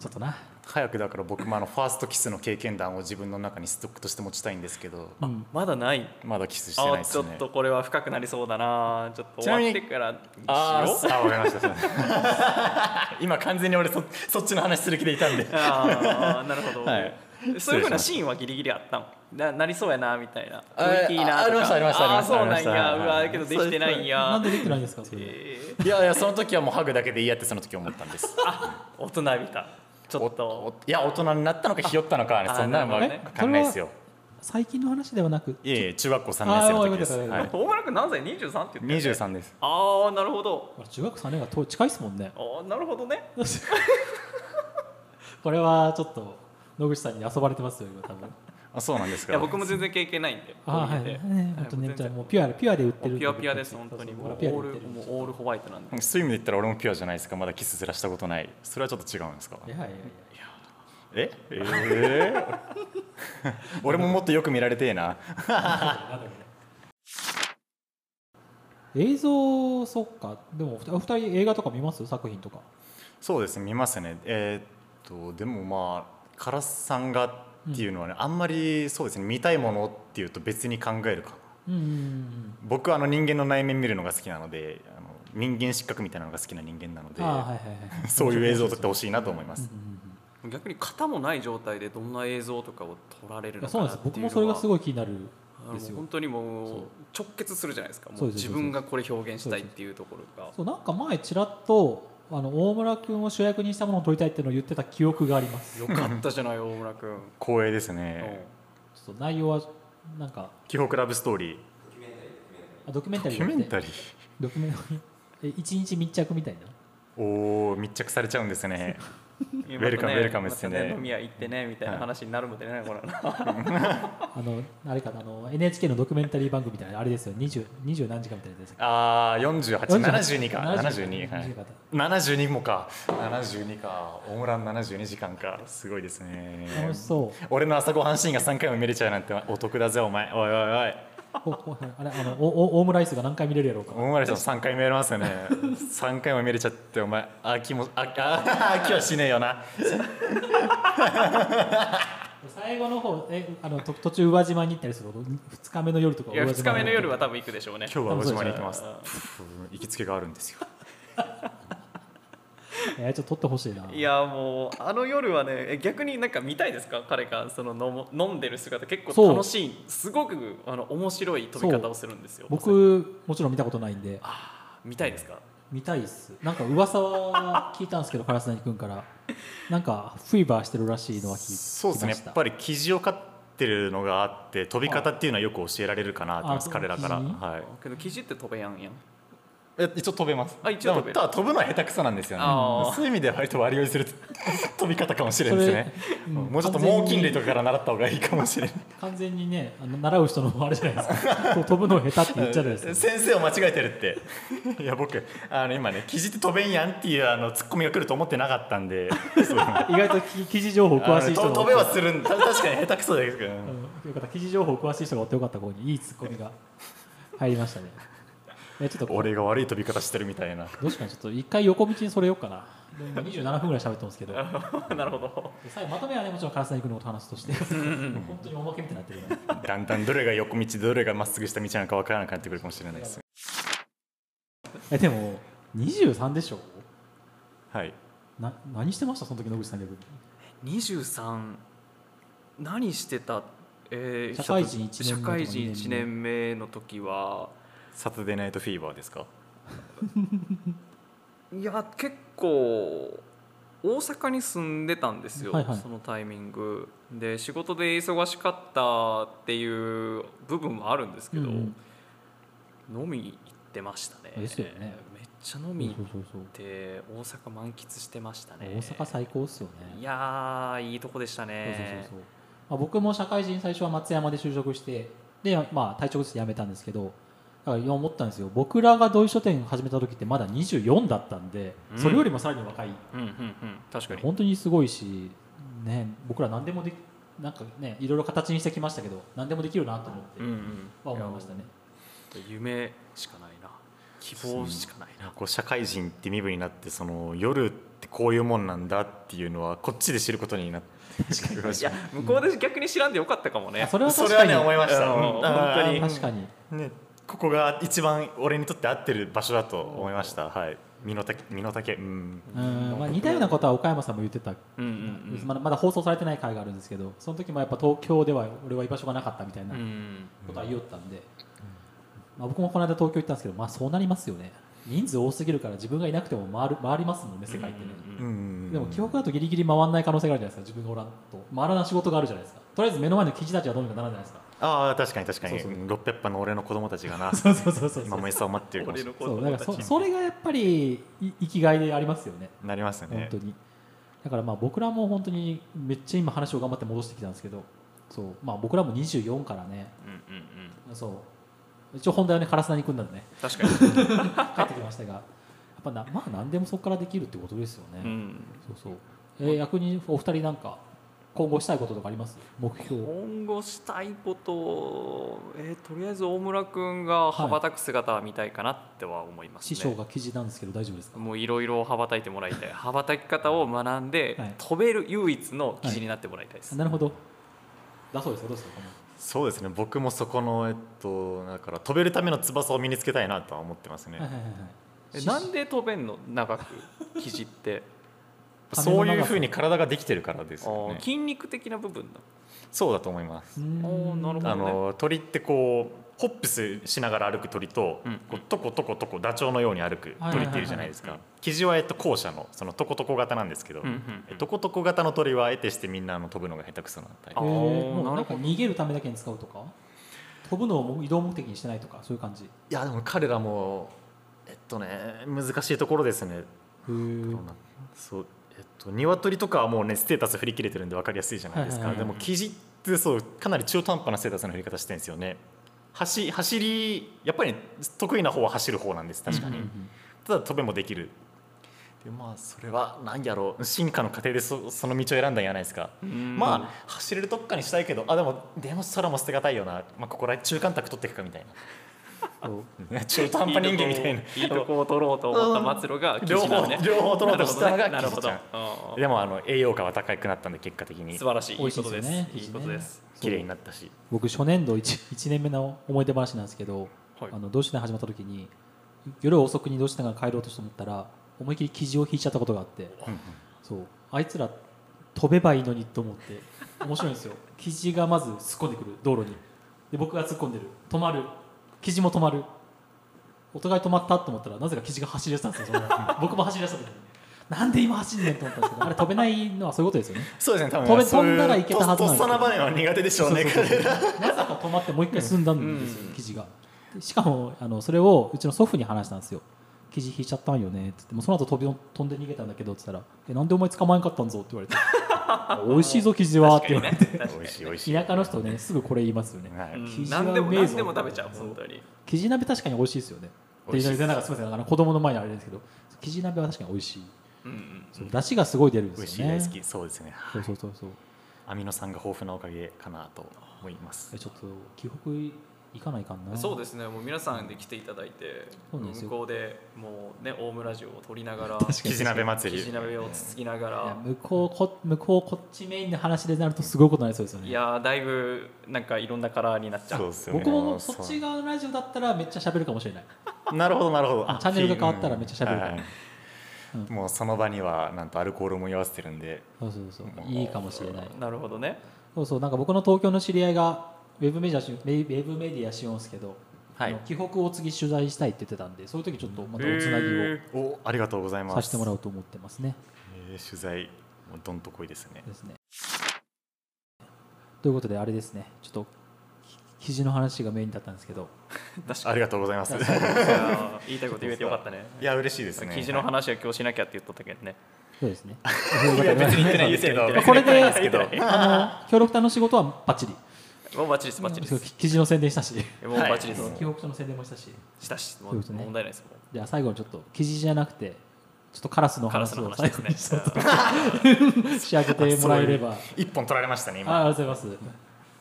Speaker 2: ちょっとな
Speaker 3: 早くだから僕もあのファーストキスの経験談を自分の中にストックとして持ちたいんですけど
Speaker 2: うん
Speaker 4: まだない
Speaker 3: まだキスしてない
Speaker 4: あ
Speaker 3: で
Speaker 4: ちょ
Speaker 3: す
Speaker 4: っ
Speaker 3: ね
Speaker 4: とこれは深くなりそうだなちょっと
Speaker 3: ち
Speaker 4: 終
Speaker 3: なみ
Speaker 4: わ
Speaker 3: に
Speaker 4: ってからにしよう
Speaker 3: あーあわかりました 今完全に俺そそっちの話する気でいたんで
Speaker 4: ああなるほど、
Speaker 3: はい
Speaker 4: そういうふうなシーンはギリギリあったのななりそうやなみたいな
Speaker 3: あ
Speaker 4: 雰囲気いいなとか
Speaker 3: あありましたありましたありました
Speaker 4: あーそうなんや
Speaker 3: あり
Speaker 4: う
Speaker 3: ました
Speaker 4: わけどできてないん
Speaker 2: な
Speaker 4: や
Speaker 2: んでできてないんですかそれ
Speaker 4: えー
Speaker 3: いやいやその時はもうハグだけでいいやってその時思ったんです
Speaker 4: 大人びたちょっ
Speaker 3: お
Speaker 4: と
Speaker 3: おいや大人になったのかひよったのかね
Speaker 4: あ
Speaker 3: そんなのはわ
Speaker 4: なるほどね
Speaker 3: かんないですよ
Speaker 2: 最近の話ではなく
Speaker 3: いえいえ中学校3年生の時です
Speaker 2: あーわか
Speaker 3: は
Speaker 2: っ
Speaker 3: い
Speaker 4: 大村君何歳23って言って
Speaker 3: 23です
Speaker 4: ああなるほど
Speaker 2: ほら中学3年が遠い近いですもんね
Speaker 4: ああなるほどね
Speaker 2: これはちょっと野口さんに遊ばれてますよ今 多分
Speaker 3: あそうなんです
Speaker 4: い
Speaker 3: か
Speaker 4: や僕も全然経験ないんで
Speaker 2: あ
Speaker 4: こう
Speaker 2: は
Speaker 4: い
Speaker 2: い
Speaker 4: うので
Speaker 2: ね
Speaker 4: はい
Speaker 2: 本当にね
Speaker 4: 全
Speaker 2: じゃあ
Speaker 4: 然
Speaker 2: もうピュアでピュアで売ってる
Speaker 4: ピュアピュアです本当に
Speaker 2: そう
Speaker 4: もう
Speaker 2: そ
Speaker 4: オ
Speaker 2: うピュアで
Speaker 4: ー
Speaker 2: 売って
Speaker 4: ル
Speaker 2: る
Speaker 4: もうオールホワイトなんで
Speaker 3: そういう意味で言ったら俺もピュアじゃないですかまだキスずらしたことないそれはちょっと違うんですか
Speaker 2: いやいやいや
Speaker 3: ええー 俺ももっとよく見られてえな
Speaker 2: 映像そっかでもお二人映画とか見ます作品とか
Speaker 3: そうですね見ますねえーっとでもまあカラスさんがっていうのはね、あんまりそうですね見たいものっていうと別に考えるかな
Speaker 2: うんうんうん
Speaker 3: 僕はあの人間の内面見るのが好きなのであの人間失格みたいなのが好きな人間なので、
Speaker 2: あはいはいはい
Speaker 3: そういう映像を撮ってほしいなと思いま
Speaker 2: うんう
Speaker 3: す
Speaker 2: ん、うん
Speaker 4: 逆に型もない状態でどんな映像とかを撮られる
Speaker 2: いや
Speaker 4: の
Speaker 2: そうな
Speaker 4: か
Speaker 2: んで
Speaker 4: な
Speaker 2: す
Speaker 4: ってい
Speaker 2: 僕
Speaker 4: う
Speaker 2: もそれがす
Speaker 4: い
Speaker 2: ごい気になるですよ
Speaker 4: 本当にもう
Speaker 2: そう
Speaker 4: 直結するじゃないですかも
Speaker 2: そううです
Speaker 4: 自
Speaker 2: そうです
Speaker 4: 分がこれ表現したいっていうところが
Speaker 2: そうなんか前ちらっとあの大村君を主役にしたものを撮りたいっていうのを言ってた記憶があります
Speaker 4: よかったじゃない大村君、
Speaker 3: 光栄ですね
Speaker 2: ちょっと内容はなんか
Speaker 3: 紀北ラブストーリー
Speaker 2: あドキュメンタ
Speaker 3: ド
Speaker 2: リー
Speaker 3: キュメン
Speaker 2: リー
Speaker 3: タリー
Speaker 2: ドキュメンタリーえ一日密着みたいな
Speaker 3: おお密着されちゃうんです ね
Speaker 4: うん
Speaker 3: ウェルカムウェルカムですね
Speaker 4: また飲み屋行ってねみたいな話になるもんでね、これ
Speaker 2: あのあれかなあの NHK のドキュメンタリー番組みたいなあれですよ 20, 20何時間みたいなやつです
Speaker 3: ああ4872か72
Speaker 2: 72
Speaker 3: はい
Speaker 2: 72か
Speaker 3: 72もか72かオムラン72時間かすごいですね
Speaker 2: 楽しそう
Speaker 3: 俺の朝ごはんシーンが3回も見れちゃうなんてお得だぜお前おいおいおい
Speaker 2: ほほあれあのおおオムライスが何回見れるやろうか
Speaker 3: 大村さん3回見れますよ ね3回も見れちゃってお前秋もあ あ秋はしねえよな
Speaker 2: 最後の方えあのと途中宇和島に行ったりすること2日目の夜とか
Speaker 4: いや
Speaker 2: 宇和
Speaker 4: 2
Speaker 2: 島
Speaker 4: 日目の夜は多分行くでしょうね
Speaker 3: 今日は小島に行きます
Speaker 4: あ
Speaker 3: うん行きつけがあるんですよ
Speaker 2: えーちょっと撮ってほしいない
Speaker 4: やもうあの夜はねえ逆になんか見たいですか彼がその飲も飲んでる姿結
Speaker 2: そう
Speaker 4: 構楽しいすごくあの面白い飛び方をするんですよ
Speaker 2: 僕もちろん見たことないんで
Speaker 4: 見たいですか
Speaker 2: 見たいっすなんか噂は聞いたんですけど烏谷君からなんかフィーバーしてるらしいのは聞い
Speaker 3: そうですね
Speaker 2: 聞きました
Speaker 3: やっぱり記事を買ってるのがあって飛び方っていうのはよく教えられるかなと思います
Speaker 2: あ
Speaker 3: 彼らから
Speaker 2: 記事
Speaker 3: はい
Speaker 4: けど記事って飛べやんやん
Speaker 3: え一応飛べます
Speaker 4: あ一応飛べる
Speaker 3: でもただ飛ぶのは下手くそなんですよね
Speaker 4: あー
Speaker 3: そういう意味では割と割り寄りする飛び方かもしれないですね
Speaker 2: それうん
Speaker 3: もうちょっと猛禽類とかから習った方がいいかもしれない
Speaker 2: 完全にねあの習う人のあれじゃないです かこう飛ぶの下手って言っちゃうじゃないですか
Speaker 3: 先生を間違えてるって いや僕あの今ね「記事って飛べんやん」っていうあのツッコミが来ると思ってなかったんで そうあ
Speaker 2: 意外とき記事情報詳
Speaker 3: の
Speaker 2: しい
Speaker 3: と
Speaker 2: 人が
Speaker 3: 飛べはするんた確かに下手くそですけど、
Speaker 2: うんよかった記事情報詳しい人がおってよかったここにいいツッコミが入りましたねえちょっと
Speaker 3: 俺が悪い飛び方してるみたいな
Speaker 2: どうしようかなちょっと一回横道にそれようかなで今27分ぐらい喋ってますけど
Speaker 4: なるほど
Speaker 2: 最後まとめはねもちろん烏谷君のお話として 本当におまけみたいになってるよね
Speaker 3: だんだんどれが横道どれがまっすぐした道なのか分からなくなってくるかもしれないです
Speaker 2: えでも23でしょ
Speaker 3: はい
Speaker 2: な何してましたその時野口さん逆に
Speaker 4: 23何してた、えー
Speaker 2: 社会人一年目
Speaker 4: 社
Speaker 2: とか
Speaker 4: 会人
Speaker 2: 二年
Speaker 4: 1年目の時は
Speaker 3: サタデーナイトフィーバーですか
Speaker 4: いや結構大阪に住んでたんですよ、
Speaker 2: はいはい
Speaker 4: そのタイミングで仕事で忙しかったっていう部分もあるんですけど、
Speaker 2: うん
Speaker 4: 飲み行ってましたね
Speaker 2: ですよね
Speaker 4: めっちゃ飲
Speaker 2: うん
Speaker 4: み
Speaker 2: そ
Speaker 4: 行
Speaker 2: うそうそう
Speaker 4: って大阪満喫してましたね
Speaker 2: 大阪最高っすよ
Speaker 4: い
Speaker 2: ね
Speaker 4: やーいいとこでした
Speaker 2: そうそう
Speaker 4: ね
Speaker 2: そうそう、まあ、僕も社会人最初は松山で就職してでまあ退職して辞めたんですけどだから今思ったんですよ僕らが同意書店始めた時ってまだ24だったんで、
Speaker 4: うん
Speaker 2: それよりもさらに若い
Speaker 4: うんうんうん確かに
Speaker 2: 本当にすごいし、ね、僕ら何でもできなんかねいろいろ形にしてきましたけど何でもできるなと思って、
Speaker 4: うんうん
Speaker 2: は思いましたね
Speaker 4: いや夢しかないな希望しかないな
Speaker 3: こう社会人って身分になってその夜ってこういうもんなんだっていうのはこっちで知ることになって確かに
Speaker 4: いや向こうで逆に知らんでよかったかもね
Speaker 2: あそれは
Speaker 3: そ
Speaker 2: 確か
Speaker 3: れは
Speaker 2: に
Speaker 3: ね思いました、
Speaker 4: うん
Speaker 3: うん
Speaker 4: 本当
Speaker 2: あ
Speaker 4: に
Speaker 2: ー確かに
Speaker 3: ね、ここが一番俺にとって合ってる場所だと思いました。はい。身の丈、身の丈、うん。
Speaker 2: うんまあ、似たようなことは岡山さんも言ってた、
Speaker 4: うんうんうん
Speaker 2: まだまだ放送されてない回があるんですけどその時もやっぱ東京では俺は居場所がなかったみたいな
Speaker 4: うん
Speaker 2: ことは言おったんで、まあ、僕もこの間東京行ったんですけど、まあ、そうなりますよね人数多すぎるから自分がいなくても回る回りますもんね世界ってね、
Speaker 4: うん
Speaker 3: うん
Speaker 2: でも記憶だとギリギリ回らない可能性があるじゃないですか自分がおらんと回らない仕事があるじゃないですかとりあえず目の前の記事たちはどうにかならないじゃ
Speaker 3: ああ、確かに確かに。
Speaker 2: そうそう
Speaker 3: 六百羽の俺の子供たちがな、
Speaker 2: ないですかそうそうそうそう
Speaker 3: 今も餌を待ってるかもしれ
Speaker 4: 俺
Speaker 3: な
Speaker 4: の
Speaker 2: そうだ
Speaker 3: い。
Speaker 4: 子供
Speaker 2: から
Speaker 4: たち
Speaker 2: そそれがやっぱりい生きがいでありますよね
Speaker 3: なります
Speaker 2: 本
Speaker 3: ね
Speaker 2: 当。にだからまあ僕らも本当にめっちゃ今話を頑張って戻してきたんですけどそうまあ僕らも24からね
Speaker 4: うんうんうん
Speaker 2: そう一応本題はね烏谷に行くんだんで ね
Speaker 4: 確かに、
Speaker 2: 帰ってきましたがやっぱなまあ何でもそこからできるってことですよね、
Speaker 4: うん、
Speaker 2: そうそう、えー逆にお二人なんか今後したいこととかあります目標
Speaker 4: 今後したいこと、えーとりあえず大村君が羽ばたく姿は見たいかなっては思います
Speaker 2: 師
Speaker 4: ね、
Speaker 2: 匠が記事なんですけど大丈夫ですか
Speaker 4: もういろいろ羽ばたいてもらいたい 羽ばたき方を学んで、
Speaker 2: はい
Speaker 4: 飛べる唯一の記事になってもらいたいです、
Speaker 2: なるほどだそうですよどうですか
Speaker 3: そうですね。僕もそこの、えっと、だから飛べるための翼を身につけたいなとは思ってますね。
Speaker 2: はいはいはいはい
Speaker 4: えなんで飛べんの長く記事って
Speaker 3: ぱそういうふうに体ができてるからですよ
Speaker 4: あー
Speaker 3: ね
Speaker 4: 筋肉的な部分だ
Speaker 3: そうだと思います
Speaker 2: うん
Speaker 4: おーなるほど
Speaker 3: あの鳥ってこうホップスしながら歩く鳥と、
Speaker 4: うん
Speaker 3: こうトコトコトコダチョウのように歩く鳥っているじゃないです
Speaker 4: はい
Speaker 3: か
Speaker 4: はい
Speaker 3: キジはえっと後者のそのトコトコ型なんですけど、
Speaker 4: うんうんうん
Speaker 3: トコトコ型の鳥は得てしてみんなあの飛ぶのが下手くそなタ
Speaker 2: へ
Speaker 3: イプ
Speaker 4: あ
Speaker 2: ー
Speaker 4: ー
Speaker 2: もう
Speaker 4: な
Speaker 2: な
Speaker 4: る
Speaker 2: んか
Speaker 4: ほど
Speaker 2: 逃げるためだけに使うとか飛ぶのをもう移動目的にしてないとかそういう感じへ
Speaker 3: いやでも彼らもえっとね難しいところですね
Speaker 2: ー
Speaker 3: そうえっと鶏とかはもうねステータス振り切れてるんで分かりやすいじゃないですか、
Speaker 2: はいはい
Speaker 3: で
Speaker 2: はい
Speaker 3: もキジってそうかなり中途半端なステータスの振り方してるんですよね走走りやっぱり得意な方は走る方なんです確かに、
Speaker 2: うんうん
Speaker 3: ただ飛べもできるでまあそれは何やろう進化の過程でそその道を選んだんじゃないですか、まあ、走れるとこかにしたいけどあでもでも空も捨てがたいよな、まあ、ここら中間択取っていくかみたいなそう 中途半端人間みたいな。
Speaker 4: いいとこを取ろうと思った末路が
Speaker 3: 両
Speaker 4: 岸な
Speaker 3: 方
Speaker 4: んね
Speaker 3: 両方取ろうとしたのが
Speaker 4: なるほ
Speaker 3: キジち
Speaker 4: ど
Speaker 3: ゃ
Speaker 4: ね
Speaker 3: ん
Speaker 4: なるほどうん
Speaker 3: でもあの栄養価は高くなったんで結果的に
Speaker 4: 素晴らしい
Speaker 2: 美
Speaker 4: い
Speaker 2: 味
Speaker 4: い
Speaker 2: しい
Speaker 4: こ
Speaker 2: で
Speaker 4: と
Speaker 2: すよ
Speaker 4: です
Speaker 2: ね
Speaker 4: いいことです
Speaker 3: 綺麗になったし
Speaker 2: 僕初年度 1, 一年目の思い出話なんですけど、
Speaker 4: はい
Speaker 2: あの同志社始まった時に夜遅くに同志社が帰ろうと思ったら思い切り記事を引いちゃったことがあってそうあいつら飛べばいいのにと思って面白いんですよ 記事がまず突っ込んでくる道路にで僕が突っ込んでる止まる記事も止まるお互い止まったと思ったらなぜか記事が走り出したんですよその 後僕も走り出した時になんで今走んねんと思ったんですけどあれ飛べないのはそういうことです よね
Speaker 3: そうですね多分
Speaker 2: 飛べ
Speaker 3: そういう
Speaker 2: 飛んだらいけたはずなんですよ
Speaker 3: ととっさな場面は苦手でしょうね
Speaker 2: そうそうそうなぜか止まってもう一回進んだんですよ、記事がでしかもあのそれをうちの祖父に話したんですよ記事引いちゃったんよねって言ってもうその後飛び飛んで逃げたんだけどって言ったら「えなんでお前捕まえんかったんぞ」って言 われて「美味しいぞ記事は」って言われて
Speaker 3: 美味しい美味しい
Speaker 2: 田舎の人ねすぐこれ言いますよね
Speaker 3: はい
Speaker 4: うん
Speaker 2: キジは
Speaker 4: 何でも
Speaker 2: うめえぞ
Speaker 4: 何でも食べちゃう本当に
Speaker 2: キジ鍋確かに美味しいですよね
Speaker 3: 美味しいです
Speaker 2: でなんかすみませんあの子供の前にあれですけどキジ鍋は確かに美味しい
Speaker 4: うんうん
Speaker 2: そう出汁がすごい出るん
Speaker 3: 美
Speaker 2: で
Speaker 3: 味
Speaker 2: す
Speaker 3: しい
Speaker 2: よね
Speaker 3: 大好きそうですね
Speaker 2: そうそうそうそう
Speaker 3: アミノ酸が豊富なおかげかなと思います
Speaker 2: えちょっと紀北行かないかんな
Speaker 4: そうですね、もう皆さんで来ていただいて、
Speaker 2: そうなんですよ
Speaker 4: 向こうでもうね、オウムラジオを撮りながら、
Speaker 2: 確か
Speaker 3: キ
Speaker 2: に
Speaker 3: ジ鍋祭
Speaker 4: キ
Speaker 3: り
Speaker 4: ジ鍋をつつきなが
Speaker 2: いや
Speaker 4: ら、
Speaker 2: 向こうこ向こうこっちメインで話でなるとすごいことになりそうですよね
Speaker 4: いやー、だいぶなんかいろんなカラーになっちゃ
Speaker 3: そう
Speaker 4: う。
Speaker 3: ですよね
Speaker 2: 僕もそっち側のラジオだったらめっちゃ喋るかもしれない
Speaker 3: なるほどなるほど
Speaker 2: あチャンネルが変わったらめっちゃ喋るから
Speaker 3: はい
Speaker 2: うん
Speaker 3: もうその場にはなんとアルコールも酔わせてるんで
Speaker 2: そうそうそういいかもしれない
Speaker 4: なるほどね。
Speaker 2: そうそうなんか僕の東京の知り合いがウェブメディアしウェブメディアしようんですけど、あの紀北を次取材したいって言ってたんでそういう時ちょっとまたおつなぎを
Speaker 3: おありがとうございます
Speaker 2: させてもらおうと思ってますね
Speaker 3: えー取材もうどんとこいですね
Speaker 2: ですねということであれですねちょっとき記事の話がメインだったんですけど
Speaker 4: 確か
Speaker 3: ありがとうございます
Speaker 2: いや
Speaker 4: に。いやー言いたいこと言えてよかったね。
Speaker 3: いや嬉しいですね
Speaker 4: 記事の話は今日しなきゃって言っとったけどね。
Speaker 2: そうですね
Speaker 3: いや別に言 ってないですけど
Speaker 4: 言ってない
Speaker 2: これで
Speaker 3: 言ってないですけど
Speaker 2: あの協力隊の仕事はバッチリ
Speaker 4: もうバッチリです、バッチリです。
Speaker 2: 記事の宣伝したし
Speaker 4: もうバッチリです
Speaker 3: はい。
Speaker 2: 記憶書の宣伝もしたし
Speaker 4: したし、も
Speaker 2: そう
Speaker 4: う
Speaker 2: ですね
Speaker 4: 問題ないです。もう
Speaker 2: じゃあ最後にちょっと記事じゃなくてちょっとカラスの
Speaker 4: カラス
Speaker 2: 話
Speaker 4: の
Speaker 2: を最
Speaker 4: 話で
Speaker 2: 後
Speaker 4: す
Speaker 2: に
Speaker 4: ね。
Speaker 2: ちょっと仕上げてもらえれば
Speaker 3: 一本取られましたね今
Speaker 2: あありがとうございます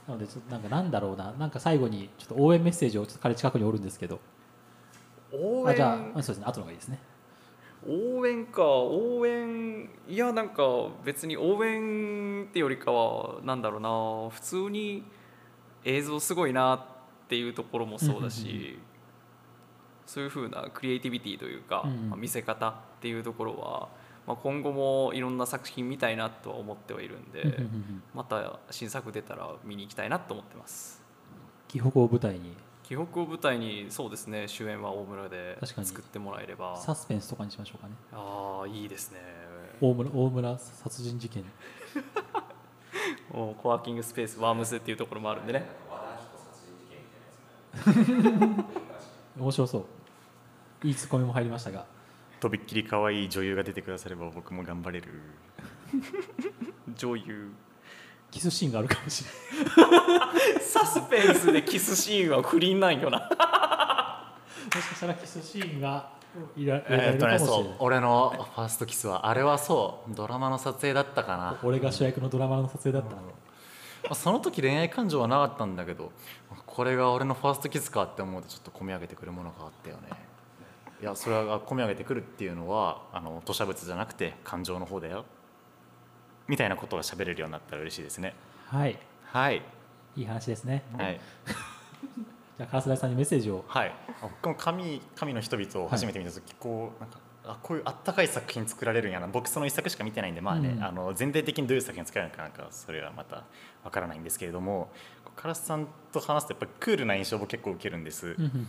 Speaker 2: なのでちょっとなんかなんだろうななんか最後にちょっと応援メッセージをちょっと彼近くにおるんですけど
Speaker 4: 応
Speaker 2: あじゃ
Speaker 4: 援
Speaker 2: ああそうですね後の方がいいですね
Speaker 4: 応援か応援いやなんか別に応援ってよりかはなんだろうな普通に映像すごいなっていうところもそうだ
Speaker 2: うんうん
Speaker 4: しそういうふうなクリエイティビティというか、
Speaker 2: うんうん
Speaker 4: まあ見せ方っていうところは、まあ、今後もいろんな作品見たいなとは思ってはいるんで、
Speaker 2: うんうんうん
Speaker 4: また新作出たら見に行きたいなと思ってます。
Speaker 2: 紀北を舞台に
Speaker 4: 記憶を舞台にそうですね主演は大村で
Speaker 2: 確かに
Speaker 4: 作ってもらえれば
Speaker 2: サスペンスとかにしましょうかね
Speaker 4: ああいいですね
Speaker 2: 大村大村殺人事件
Speaker 4: もうコワーキングスペースワームスっていうところもあるんでね
Speaker 2: 面白そういいツッコミも入りましたが
Speaker 3: とびっきり可愛い女優が出てくだされば僕も頑張れる
Speaker 4: 女優
Speaker 2: キスシーンがあるかもしれない
Speaker 4: サスペンスでキスシーンは不倫なんよな
Speaker 2: もしかしたらキスシーンがいら得ら
Speaker 3: え
Speaker 2: れ
Speaker 3: ーっ
Speaker 2: る
Speaker 3: と
Speaker 2: かも
Speaker 3: ね
Speaker 2: しれない、
Speaker 3: そう俺のファーストキスはあれはそうドラマの撮影だったかな
Speaker 2: 俺が主役のドラマの撮影だった、
Speaker 3: まあその時恋愛感情はなかったんだけどこれが俺のファーストキスかって思うとちょっと込み上げてくるものがあったよねいやそれは込み上げてくるっていうのはあの吐砂物じゃなくて感情の方だよみたいなことが喋れるようになったら嬉しいですね
Speaker 2: はい
Speaker 3: はい
Speaker 2: いい話ですね
Speaker 3: はい
Speaker 2: じゃあ烏田さんにメッセージを
Speaker 3: はい、僕も神神の人々を初めて見た時、こうなんかあこういうあったかい作品作られるんやな僕その一作しか見てないんでまあね、
Speaker 2: うん
Speaker 3: あの全体的にどういう作品作られるのかなんかそれはまたわからないんですけれどもカラスさんと話すとやっぱりクールな印象を結構受けるんです、
Speaker 2: うんうん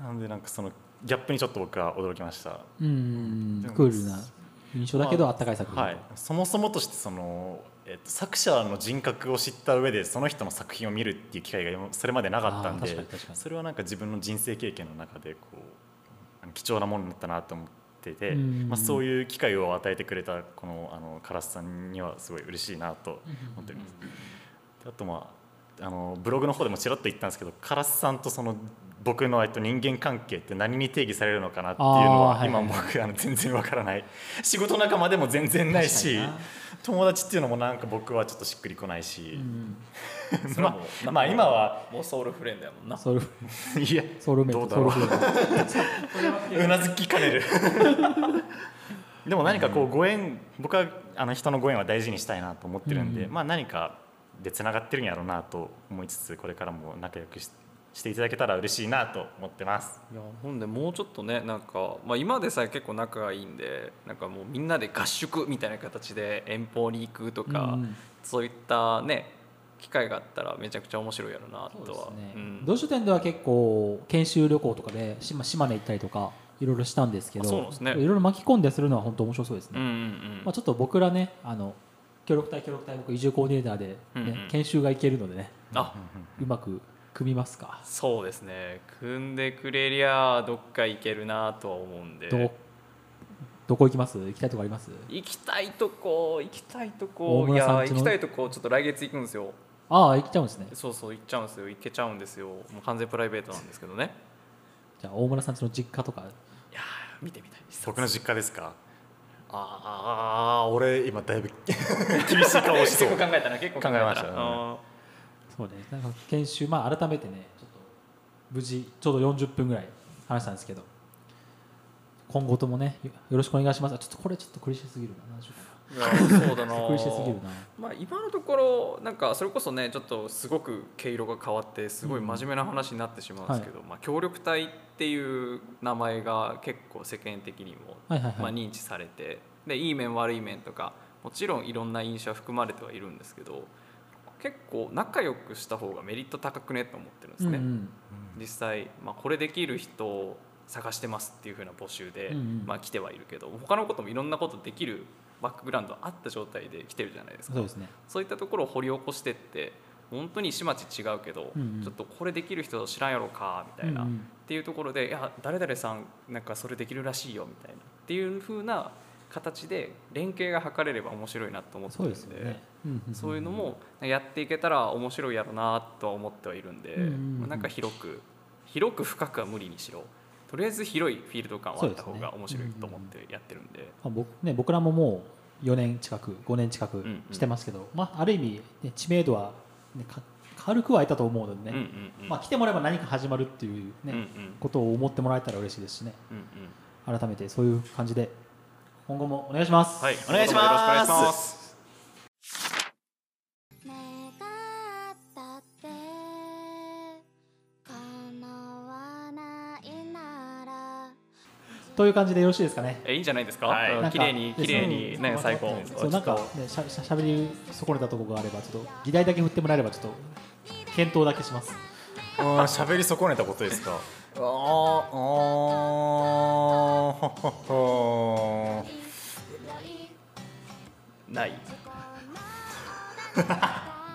Speaker 3: なのでなんかそのギャップにちょっと僕は驚きました
Speaker 2: うんうんうんクールな印象だけど
Speaker 3: ま
Speaker 2: あったかい作品、
Speaker 3: はい、そもそもとしてその、えっと、作者の人格を知った上でその人の作品を見るっていう機会が今それまでなかったん
Speaker 2: あー
Speaker 3: で
Speaker 2: 確かに確かに
Speaker 3: それはなんか自分の人生経験の中でこうあの貴重なものになったなと思ってて、
Speaker 2: うん
Speaker 3: まあ、そういう機会を与えてくれたこのあのカラスさんにはすごい嬉しいなと思っております。あとまああのブログの方でもちらっと言ったんですけどカラスさんとその僕のえっと人間関係って何に定義されるのかなっていうの
Speaker 2: あー
Speaker 3: は
Speaker 2: はい
Speaker 3: 今僕あの全然わからない仕事仲間でも全然ないし
Speaker 2: 確かにな
Speaker 3: 友達っていうのもなんか僕はちょっとしっくりこない
Speaker 2: う
Speaker 3: し、
Speaker 2: ん
Speaker 4: それはもう
Speaker 3: まあ今は
Speaker 4: もうソウルフレンドやもんな
Speaker 2: ソウル
Speaker 3: いや
Speaker 2: ソウルメイ
Speaker 3: ど
Speaker 2: ト
Speaker 3: うだ
Speaker 2: ソウル
Speaker 3: ろう
Speaker 2: フード
Speaker 3: うなずきかねるでも何かこうご縁僕はあの人のご縁は大事にしたいなと思ってるんで、
Speaker 2: うん
Speaker 3: まあ何かでつながってるんやろうなと思いつつこれからも仲良くししていただけたら嬉しいなと思ってます
Speaker 4: いやほんでもうちょっとねなんか、まあ、今でさえ結構仲がいいんでなんかもうみんなで合宿みたいな形で遠方に行くとか、
Speaker 2: うん
Speaker 4: そういったね機会があったらめちゃくちゃ面白いやろな
Speaker 2: そう
Speaker 4: と
Speaker 2: で
Speaker 4: は
Speaker 2: すね、
Speaker 4: うん
Speaker 2: 同書店では結構研修旅行とかで島島根行ったりとかいろいろしたんですけど
Speaker 4: あそうなんですね
Speaker 2: いろいろ巻き込んでするのは本当面白そうです
Speaker 4: う
Speaker 2: ね、
Speaker 4: んうんうん
Speaker 2: まあ、ちょっと僕らねあの協力隊協力隊僕移住コーディネーターで、ね
Speaker 4: うんうん
Speaker 2: 研修が行けるのでね
Speaker 4: あ
Speaker 2: うまく組みますか、
Speaker 4: そうですね組んでくれりゃどっか行けるなとは思うんで
Speaker 2: どどこ行きます行きたいとこあります
Speaker 4: 行きたいとこ行きたいとこ
Speaker 2: 大
Speaker 4: い
Speaker 2: 村さん
Speaker 4: や
Speaker 2: ち
Speaker 4: 行
Speaker 2: の
Speaker 4: きたいとこちょっと来月行くんですよ
Speaker 2: ああ行っちゃうんですね
Speaker 4: そうそう行っちゃうんですよ行けちゃうんですよもう完全プライベートなんですけどね
Speaker 2: じゃあ大村さんちの実家とか
Speaker 4: いやー見てみたいです
Speaker 3: 僕の実家ですかああ俺今だいぶ厳しい顔し
Speaker 4: 結
Speaker 3: そう
Speaker 4: 構考えたな結構考えた
Speaker 3: 考え
Speaker 4: な
Speaker 3: ましたね
Speaker 4: うん
Speaker 2: そうねなんか研修まあ改めてねちょっと無事ちょうど40分ぐらい話したんですけど今後ともねよよろしくお願いしますあちょっとこれちょっと苦しすぎるな何しよう
Speaker 4: いやそうだな
Speaker 2: かな苦し すぎるな
Speaker 4: まあ、今のところなんかそれこそねちょっとすごく毛色が変わってすごい真面目な話になってしまうんですけど、まあ、協力隊っていう名前が結構世間的にも、
Speaker 2: はいはいはい
Speaker 4: まあ、認知されてでいい面悪い面とかもちろんいろんな印象は含まれてはいるんですけど結構仲良くした方がメリット高くねと思ってるんですね。
Speaker 2: うんうん
Speaker 4: 実際、まあ、これできる人を探してますっていう風な募集で、
Speaker 2: うんうん
Speaker 4: まあ、来てはいるけど他のこともいろんなことできるバックグラウンドあった状態で来てるじゃないですか
Speaker 2: そうですね
Speaker 4: そういったところを掘り起こしてって本当に市町違うけど、
Speaker 2: うんうん
Speaker 4: ちょっとこれできる人知らんやろかみたいな、
Speaker 2: うんうん
Speaker 4: っていうところで「いや誰々さんなんかそれできるらしいよ」みたいなっていう風な形で連携が図れれば面白いなと思って
Speaker 2: そう
Speaker 4: る
Speaker 2: で
Speaker 4: んです
Speaker 2: よね、うんうん
Speaker 4: そういうのもやっていけたら面白いやろなとは思ってはいるんで、
Speaker 2: うんうんうん
Speaker 4: まあなんか広く広く深くは無理にしろとりあえず広いフィールド感はあった方が面白いと思ってやってるんで
Speaker 2: まあ僕ね、僕らももう4年近く5年近く
Speaker 4: んうん
Speaker 2: してますけど、まあ、ある意味、ね、知名度は、ね、か軽くは得たと思うので
Speaker 4: うん
Speaker 2: ね、
Speaker 4: うんうん
Speaker 2: まあ、来てもらえば何か始まるっていう、
Speaker 4: う
Speaker 2: ね
Speaker 4: んうん
Speaker 2: ことを思ってもらえたら嬉しいですしね
Speaker 4: うんうん
Speaker 2: 改めてそういう感じで今後もお願いします。
Speaker 4: はい
Speaker 3: お願いします
Speaker 4: よろくお願いします
Speaker 1: 願ったって叶わないなら
Speaker 2: という感じでよろしいですかね。
Speaker 4: えいいんじゃないですか、
Speaker 3: はい
Speaker 4: うん
Speaker 2: なんか
Speaker 4: 綺麗に綺麗
Speaker 2: で
Speaker 4: に
Speaker 2: す
Speaker 4: ね最高
Speaker 2: そうなんか、ね、しゃしゃしゃべり損ねたところがあればちょっと議題だけ振ってもらえればちょっと検討だけします。
Speaker 3: うん喋り損ねたことですかあーあーほほほ
Speaker 4: ない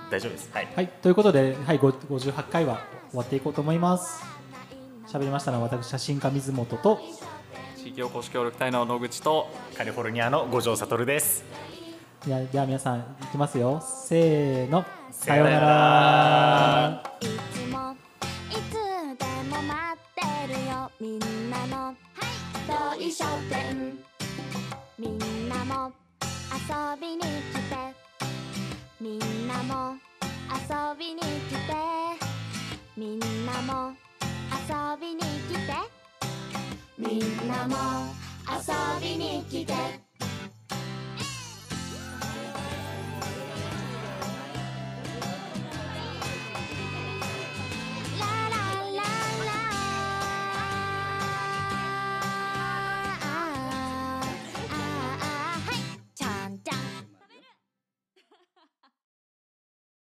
Speaker 3: 大丈夫ですはい
Speaker 2: はいということで、はい、ご58回は終わっていこうと思います。喋りましたのは私写真家水本と
Speaker 4: 地域おこし協力隊の野口と
Speaker 3: カリフォルニアの五条悟です
Speaker 2: いやじゃあ皆さんいきますよせーのさような
Speaker 3: さような
Speaker 2: ら。
Speaker 1: いつもいつでも待ってるよみんなの同意書店みんなも遊びに来てみんなも遊びに来てみんなも遊びに来てみんなも遊びに来て